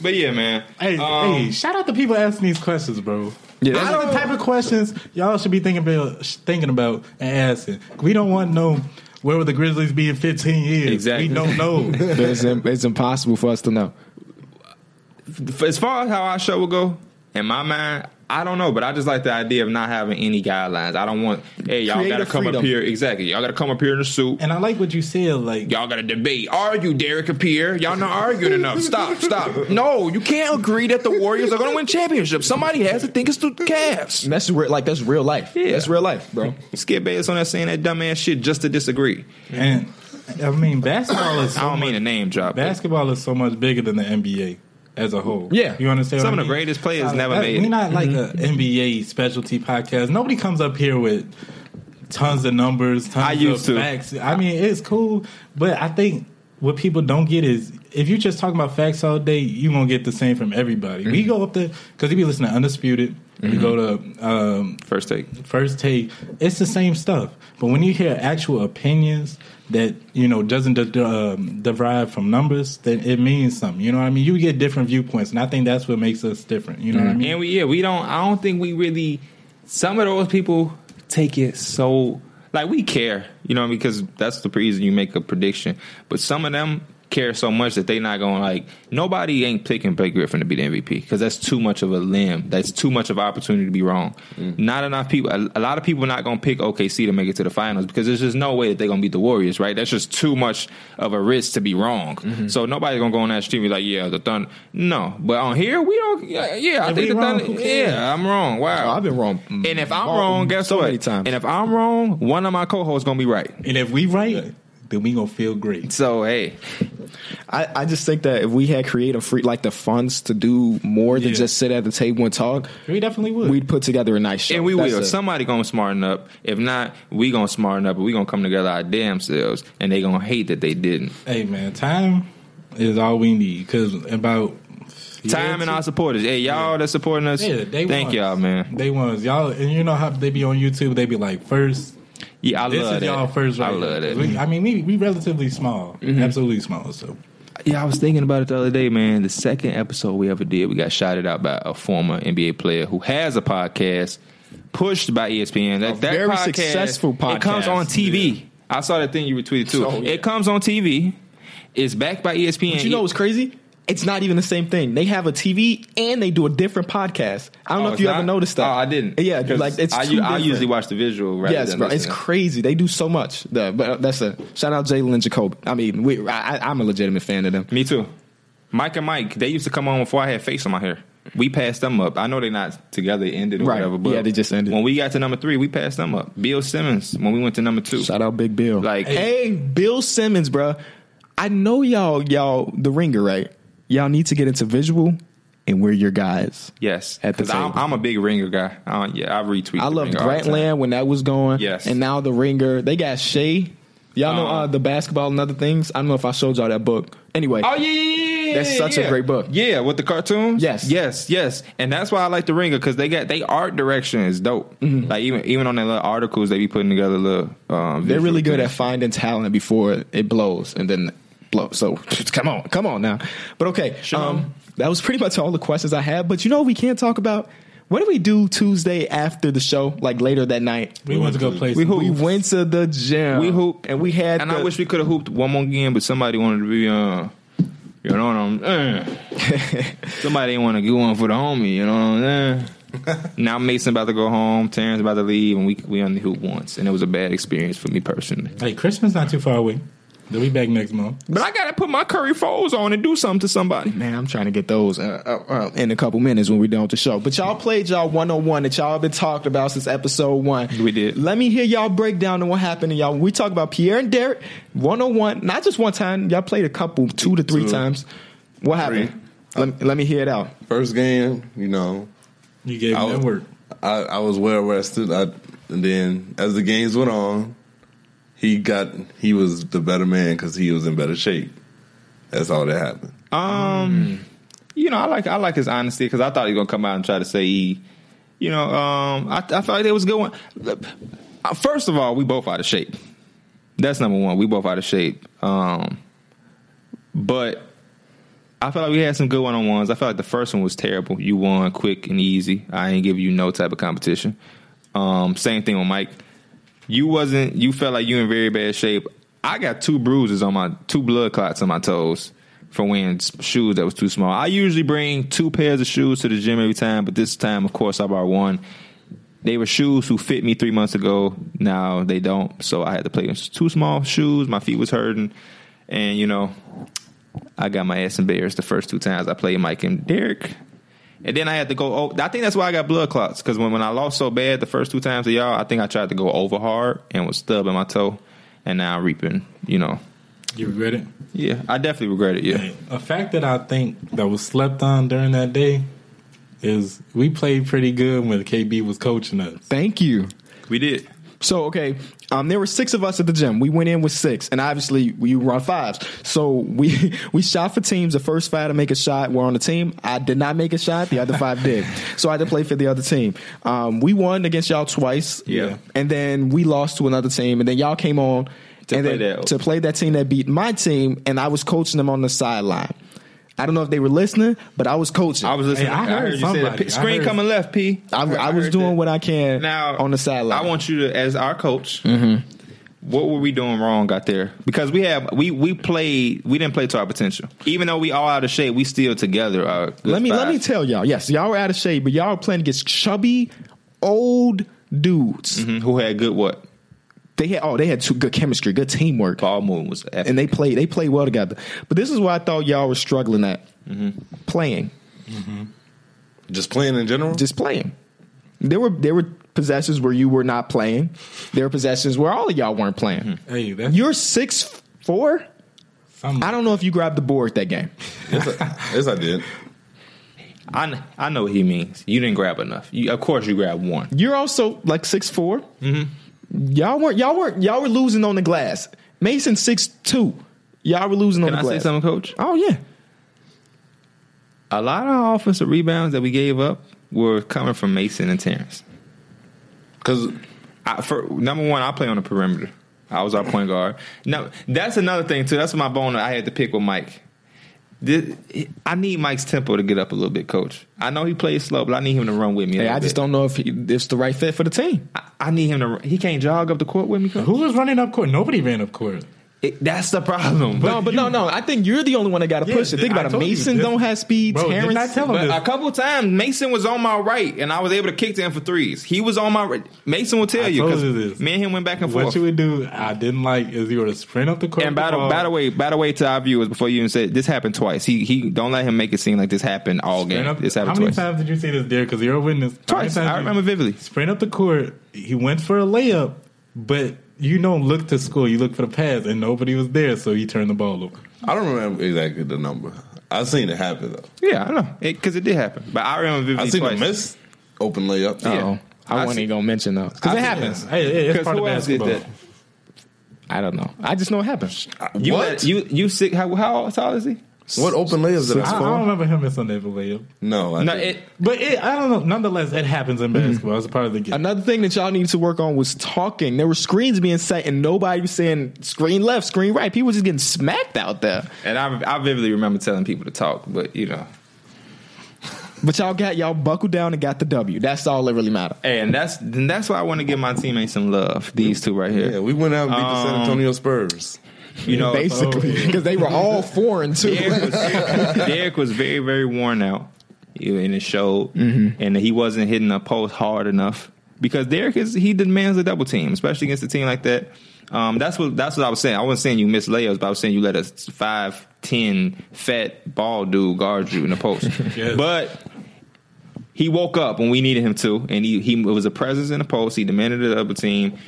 But yeah, man. Hey, Um, hey, shout out to people asking these questions, bro. Yeah, Yeah, that's- I don't the type of questions y'all should be thinking about, sh- thinking about and asking. We don't want to know where will the Grizzlies be in 15 years. Exactly. We don't know. it's, im- it's impossible for us to know. f- as far as how our show will go, in my mind, I don't know, but I just like the idea of not having any guidelines. I don't want, hey, y'all got to Creative come up freedom. here. Exactly. Y'all got to come up here in a suit. and I like what you said. Like, Y'all got to debate. Argue, Derek and Pierre. Y'all not arguing enough. Stop, stop. No, you can't agree that the Warriors are going to win championships. Somebody has to think it's the Cavs. And that's re- like that's real life. Yeah. That's real life, bro. Skip Bayless on that saying that dumb ass shit just to disagree. and I mean, basketball is I so don't much, mean a name drop. but basketball is so much bigger than the NBA as a whole. Yeah. you understand? Some of what the I mean? greatest players Like, never that- made We're it. Mm-hmm. not like an NBA specialty podcast. Nobody comes up here with tons of numbers, tons I used of to. facts. I mean, it's cool, but I think what people don't get is if you're just talking about facts all day, you're gonna get the same from everybody. Mm-hmm. We go up there because you be listening to Undisputed. We go to um, First take. first take it's the same stuff but when you hear actual opinions that you know doesn't de- de- um, derive from numbers then it means something you know what i mean you get different viewpoints and i think that's what makes us different you know what i mean And we yeah, we don't I don't think we really some of those people take it so like we care, you know, because that's the reason you make a prediction. But some of them care so much that they not going to like nobody ain't picking Blake Griffin to be the MVP because that's too much of a limb. That's too much of an opportunity to be wrong. Not enough people. A, a lot of people not going to pick OKC to make it to the finals because there's just no way that they're going to beat the Warriors, right? That's just too much of a risk to be wrong. So nobody's going to go on that stream and be like, yeah, the Thunder. No, but on here we don't. Yeah, yeah I If think we the wrong, Thunder. who cares? Yeah, I'm wrong. Wow, Oh, I've been wrong. And if I'm Oh, wrong, guess so what? many times. And if I'm wrong, one of my co-hosts gonna be right. and if we right then we gonna feel great So hey, I, I just think that if we had creative free like the funds to do more than Yeah. just sit at the table and talk, we definitely would we'd put together a nice show. and we That's will. it. Somebody gonna smarten up. If not, we gonna smarten up. But we gonna come together our damn selves, and they gonna hate that they didn't. hey man time is all we need because about Time and our supporters. Hey, y'all that's supporting us. yeah, they thank ones. y'all, man. They ones y'all, and you know how they be on YouTube. They be like first, Yeah, I this love is that. y'all first. Right I love here. that. Mm-hmm. We- I mean, we we relatively small, absolutely small. So Yeah, I was thinking about it the other day, man. The second episode we ever did, we got shouted out by a former NBA player who has a podcast pushed by E ESPN. That, that very podcast, successful It comes podcast. on TV. I saw that thing you retweeted too. So, yeah. It comes on TV. It's backed by E ESPN. But you know what's crazy? It's not even the same thing. They have a TV and they do a different podcast. I don't Oh, know if it's you not? ever noticed that. Oh, I didn't. Yeah, Because like it's I, two I different. usually watch the visual. Rather Yes, than bro, it's listening. crazy. They do so much. The- but uh, that's a shout out Jalen and Jacob. I mean, we, I, I- I'm a legitimate fan of them. Me too. Mike and Mike, they used to come on before I had face on my hair. We passed them up. I know they're not together, they ended or Right. whatever, but Yeah, they just ended. When we got to number three, we passed them up. Bill Simmons, when we went to number two. Shout out Big Bill. Like- hey, Bill Simmons, bro. I know y'all, y'all, the ringer, right? Y'all need to get into visual, and we're your guys. Yes, At the because I'm, table. I'm a big ringer guy. Uh, yeah, I retweet. I the loved Ringer all the time. Grantland when that was going. Yes. And now the Ringer. They got Shay. Y'all know Uh-huh. uh, the basketball and other things. I don't know if I showed y'all that book. Anyway, Oh yeah, yeah, yeah, yeah, That's such a yeah. great book. Yeah, with the cartoons. Yes. yes, yes, and that's why I like the Ringer because they got they art direction is dope. Mm-hmm. Like even even on their little articles they be putting together little. Um, they're visual really good things. at finding talent before it blows and then blows. So come on, come on now. But okay, um, that was pretty much all the questions I had. But you know what we can't talk about? What do we do Tuesday after the show, like later that night? we, want to go play. We, some we went to the gym. We hooped. and we had. And the- I wish we could have hooped one more game, but somebody wanted to be uh, you know what I'm saying? somebody didn't want to go on for the homie, you know what I'm saying? now Mason about to go home, Terrence about to leave, and we we only hooped once, and it was a bad experience for me personally. Hey, Christmas not too far away. They'll be back next month. But I gotta put my curry foes on and do something to somebody. Man, I'm trying to get those uh, uh, uh, in a couple minutes when we're done with the show. But y'all played y'all 101 that y'all been talked about since episode one. We did. Let me hear y'all break down on what happened to y'all. We talk about Pierre and Derek 101, not just one time. Y'all played a couple, two to three Two. times. What happened? Let, me- let me hear it out. First game, you know, You gave I them was, work. I, I was well rested. I, and then as the games went on, he got he was the better man because he was in better shape. That's all that happened. You know, I like I like his honesty because I thought he was gonna come out and try to say he, you know, um, I, I felt like it was a good one. Look, uh, First of all, we both out of shape. That's number one. We both out of shape. Um, but I feel like we had some good one on ones. I feel like the first one was terrible. You won quick and easy. I ain't give you no type of competition. Um, same thing with Mike. You wasn't. You felt like you in very bad shape. I got two bruises on my two blood clots on my toes from wearing s- shoes that was too small. I usually bring two pairs of shoes to the gym every time, but this time, of course, I bought one. They were shoes who fit me three months ago. Now they don't, so I had to play in two small shoes. My feet was hurting, and you know, I got my ass embarrassed the first two times I played Mike and Derek. And then I had to go. Oh, I think that's why I got blood clots because when, when I lost so bad the first two times to y'all, I think I tried to go over hard and was stubbing my toe, and now I'm reaping. You know, You regret it? yeah, I definitely regret it. Yeah, A fact that I think that was slept on during that day is we played pretty good when KB was coaching us. Thank you. we did. So okay, um, there were six of us at the gym. We went in with six, and obviously we run fives. So we we shot for teams. The first five to make a shot were on the team. I did not make a shot. The other five did. So I had to play for the other team. Um, we won against y'all twice. Yeah. and then we lost to another team, and then y'all came on To and play then- that- to play that team that beat my team, and I was coaching them on the sideline. I don't know if they were listening, but I was coaching. I was listening. Hey, I I, heard heard you say that. somebody. P- Screen I heard- coming left, P. I, I was heard doing that. what I can now on the sideline. I want you to, as our coach, what were we doing wrong out there? Because we have we we played we didn't play to our potential. Even though we all out of shape, we still together. Are good Let me let five. me tell y'all. Yes, y'all were out of shape, but y'all were playing against chubby old dudes. Mhm, who had good what They had oh, they had two good chemistry, good teamwork, ball movement was epic. and they played they played well together. But this is where I thought y'all were struggling at playing, Just playing in general. just playing. There were there were possessions where you were not playing. There were possessions where all of y'all weren't playing. Hey, that's You're six four. something. I don't know if you grabbed the board that game. yes, I, yes, I did. I kn- I know what he means. You didn't grab enough. You, of course, you grabbed one. You're also like six Y'all weren't y'all weren't y'all were losing on the glass. Mason six two. Y'all were losing Can on I the say glass. something, Coach? Oh yeah. A lot of offensive rebounds that we gave up were coming from Mason and Terrence. Because I, for number one, I play on the perimeter. I was our point guard. Now that's another thing too. That's my bone that I had to pick with Mike. This, I need Mike's tempo to get up a little bit, Coach. I know he plays slow, but I need him to run with me. a Hey, little I just bit. don't know if he, it's the right fit for the team. I, I need him to. run- He can't jog up the court with me, Coach. Who was running up court? Nobody ran up court. It- that's the problem. no, but no, no. I think you're the only one that got to Yeah, push it. Think I about it. told you Mason this- don't have speed. Bro, didn't I Terrence, tell him But this? a couple times Mason was on my right, and I was able to kick to him for threes. He was on my right. Mason will tell I you told 'cause you this. me and him went back and what forth. you would do, I didn't like, is you were to sprint up the court. and with by the, ball. by the way, by the way, to our viewers, before you even said this happened twice. He he don't let him make it seem like this happened all Sprint game. up- this how happened many twice. times did you see this, dear? Because you're a witness. How many Twice. times I did you- remember vividly. Sprint up the court. He went for a layup, but you don't look to score. You look for the pass, and nobody was there, so he turned the ball over. I don't remember exactly the number. I seen it happen though. Yeah, I know because it, did happen. But I remember vividly I seen twice. the miss open layup. Yeah. Oh, I I wasn't see- even gonna mention though because I it see- happens. Hey, hey, it's 'Cause part of who else did basketball. that? I don't know. I just know it happens. You what? let- you you sick? How, how tall is he? what open layups did I I, I don't score? remember him missing that layup. No, I No, didn't. it, But it, I don't know. Nonetheless, it happens in Mm-hmm. basketball. It's a part of the game. Another thing that y'all needed to work on was talking. There were screens being set, and nobody was saying screen left, screen right. People were just getting smacked out there. and I I vividly remember telling people to talk, but you know. But y'all got y'all buckled down and got the W. That's all that really matter. Hey, and that's and that's why I want to give my teammates some love. These two right here. Yeah, we went out and beat the San Um, Antonio Spurs. you know, basically, because they were all foreign too. Derek was, Derek was very, very worn out, you know, and it showed. And he wasn't hitting the post hard enough because Derek is he demands a double team, especially against a team like that. Um, that's what that's what I was saying. I wasn't saying you miss layups, but I was saying you let a five ten fat ball dude guard you in the post. Yes. But he woke up when we needed him to, and he he was a presence in the post. He demanded a double team,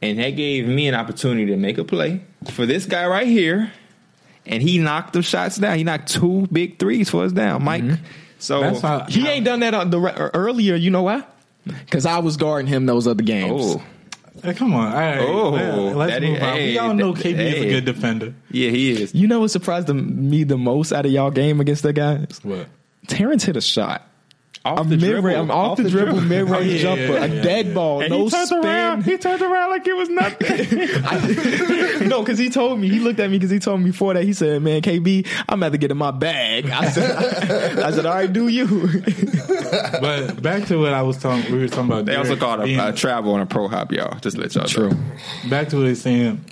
and that gave me an opportunity to make a play for this guy right here. And he knocked the shots down. He knocked two big threes for us down, Mike. So Mm-hmm. That's how He ain't done that on the re- uh, earlier. You know why? Because I was guarding him those other games. Oh Hey, come on. All right. Oh, let- let's that move is- on. hey, we all know that- KB is a hey. good defender. yeah, he is. You know what surprised the- me the most out of y'all game against that guy? What? Terrence hit a shot. Off a the mid dribble. Oh, I'm off, the, dribble, mid range jumper, yeah, a yeah, dead ball, And no he turned around. spin. He turned around like it was nothing. I, no, because he told me he looked at me because he told me before that he said, "Man, KB, I'm about to get in my bag." I said, "I said, all right, do you?" But back to what I was talking, we were talking about. they also Derek called a, being- uh travel and a pro hop, y'all. Just to let y'all know. back to what he's saying,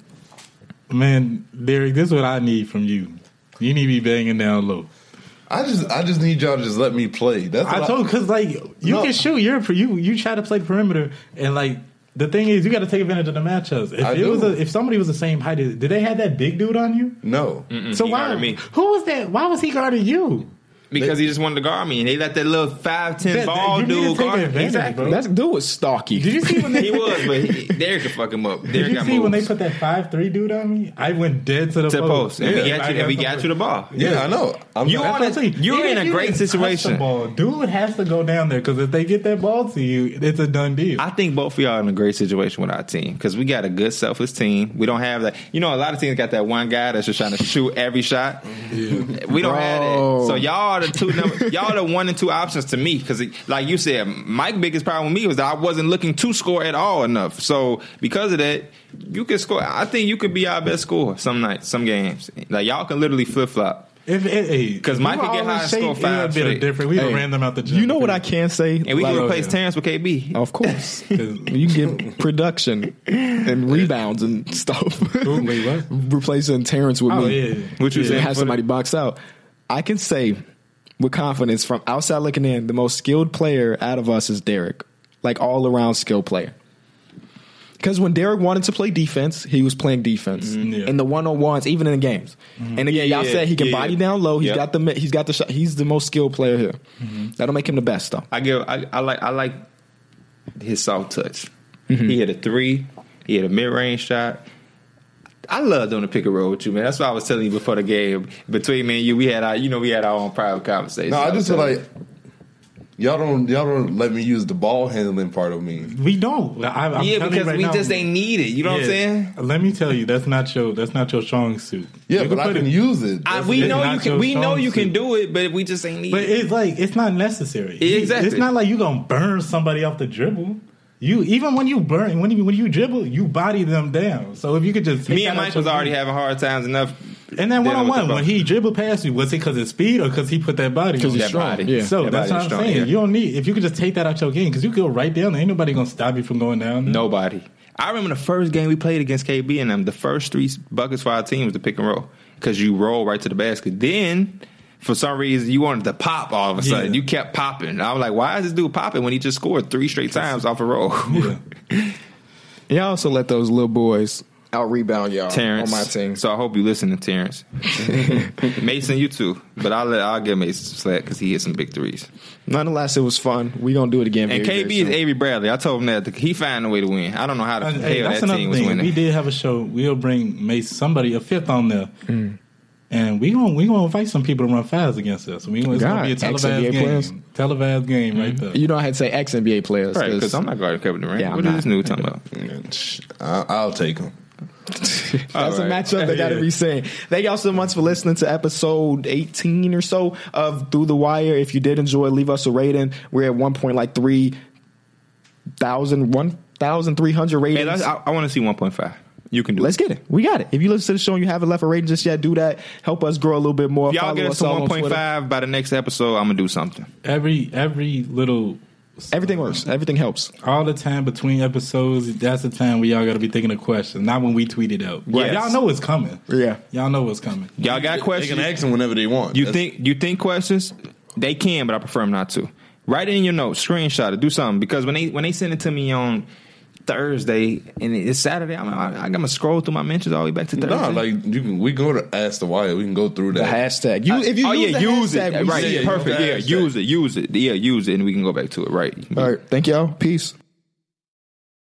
man, Derek, this is what I need from you. You need to be banging down low. I just I just need y'all to just let me play. That's what I told because like you No. can shoot, you're per- you you try to play perimeter and like. The thing is, you got to take advantage of the matchups. If I it was do. a, if somebody was the same height, as- did they have that big dude on you? no. so Mm, he why? guarded me. Who was that? Why was he guarding you? Because he just wanted to guard me, and they let that little five That- ten that- ball you need to dude take guard me. advantage, Exactly. bro. That dude was stalky. Did you see when they He was, but he, Derek could fuck him up. Derek Did you got see when they moves. put that five three dude on me? I went dead to the to the post, post. and we Yeah. got you, and we got you the ball. Yeah, I know. I'm You not, on That's what I'm saying. You're Even in a if you great didn't touch the situation. ball, dude has to go down there because if they get that ball to you, it's a done deal. I think both of y'all in a great situation with our team because we got a good, selfless team. We don't have that. You know, a lot of teams got that one guy that's just trying to shoot every shot. We don't have Bro. that. So y'all are the two number, y'all are one and two options to me because, like you said, my biggest problem with me was that I wasn't looking to score at all enough. So because of that, you can score. I think you could be our best scorer some nights, some games. Like y'all can literally flip flop. If Because Mike could get high and score five It would have straight. been different. We would Hey, have ran them out the gym. You know what I can say? And we can Like, replace Terrence with KB. Of course. 'Cause- you get production and rebounds and stuff. Ooh, wait, what? Replacing Terrence with Oh, me. yeah. What you And saying? Have somebody box out. I can say with confidence from outside looking in, the most skilled player out of us is Derek. Like all around skilled player. Because when Derek wanted to play defense, he was playing defense yeah. in the one on ones, even in the games. And again, Mm-hmm. Yeah, y'all yeah, said he can yeah, body yeah. down low. He's Yep. Mm-hmm. got the mi- he's got the shot. He's the most skilled player here. That'll make him the best though. I give I, I like I like his soft touch. He hit a three. He hit a mid range shot. I love doing a pick and roll with you, man. That's what I was telling you before the game. Between me and you, we had our you know we had our own private conversation. no, I just feel was like y'all don't y'all don't let me use the ball handling part of me. We don't. I, I'm telling you. yeah, telling you because right we now, just ain't need it. You know what I'm saying? yeah. Let me tell you, that's not your that's not your strong suit. Yeah, You but I put can it- use it. I, That's- we it's know not you can. your We know strong you can suit. do it, but we just ain't need But it. it's like it's not necessary. Yeah, exactly. It's not like you gonna burn somebody off the dribble. You even when you burn when you when you dribble, you body them down. So if you could just take Me and that out Mike your was already game. having hard times enough. and then dealing with one on the one ball. when he dribbled past you, was it because of speed or because he put that body? on he's you? strong. Yeah. So That that's body what is I'm strong, saying. yeah. You don't need if you could just take that out your game because you go right down. There. Ain't nobody gonna stop you from going down. there. Nobody. I remember the first game we played against KB and them. The first three buckets for our team was the pick and roll because you roll right to the basket. Then, for some reason, you wanted to pop all of a sudden. Yeah. You kept popping. I was like, why is this dude popping when he just scored three straight times off a roll? Yeah. Y'all also let those little boys out rebound y'all Terrence, on my team. So I hope you listen to Terrence. Mason, you too. But I'll let I'll give Mason some slack because he hit some big threes. Nonetheless, it was fun. We gonna do it again. And very, KB very is soon. Avery Bradley. I told him that he found a way to win. I don't know how the And, hell Uh, hey, that's that team another was thing. winning. We did have a show. We'll bring Mace somebody a fifth on there, Mm. and we gonna we gonna invite some people to run fouls against us. We gonna, it's gonna God, be a ex-NBA televised game. players. Mm-hmm. Televised game right there. You know, I had to say ex NBA players. Right, 'cause- because I'm not guarding Kevin Durant. Yeah, I'm what is not. this new talking about? I, I'll take him. That's a Alright. matchup that got to be seen. Thank y'all so much for listening to episode 18 or so of Through the Wire. If you did enjoy, leave us a rating. We're at one point like three thousand, one thousand three hundred Hey, ratings. let's- I, want to see 1.5. You can do Let's it. get it. We got it. If you listen to the show and you haven't left a rating just yet, do that. Help us grow a little bit more. If y'all Follow get us to all on Twitter. 1.5 by the next episode, I'm gonna do something. Every every little Everything works. Everything helps. all the time between episodes. That's the time where y'all gotta be thinking of questions. Not when we tweet it out. Yes. Y'all know it's coming. Yeah. Y'all know what's coming. Y'all got They can questions? ask him whenever they want. You That's- think you think questions? They can, but I prefer them not to. Write it in your notes, screenshot it, do something because when they when they send it to me on Thursday and it's Saturday, I'm I, I'm gonna scroll through my mentions all the way back to Thursday. Nah, like you can. We go to ask the wire. We can go through The that. hashtag. You, if you oh use yeah, the use hashtag, it we right, see yeah, it. perfect, use the yeah, hashtag. use it, use it, yeah, use it, and we can go back to it, right? All right. Thank y'all. Peace.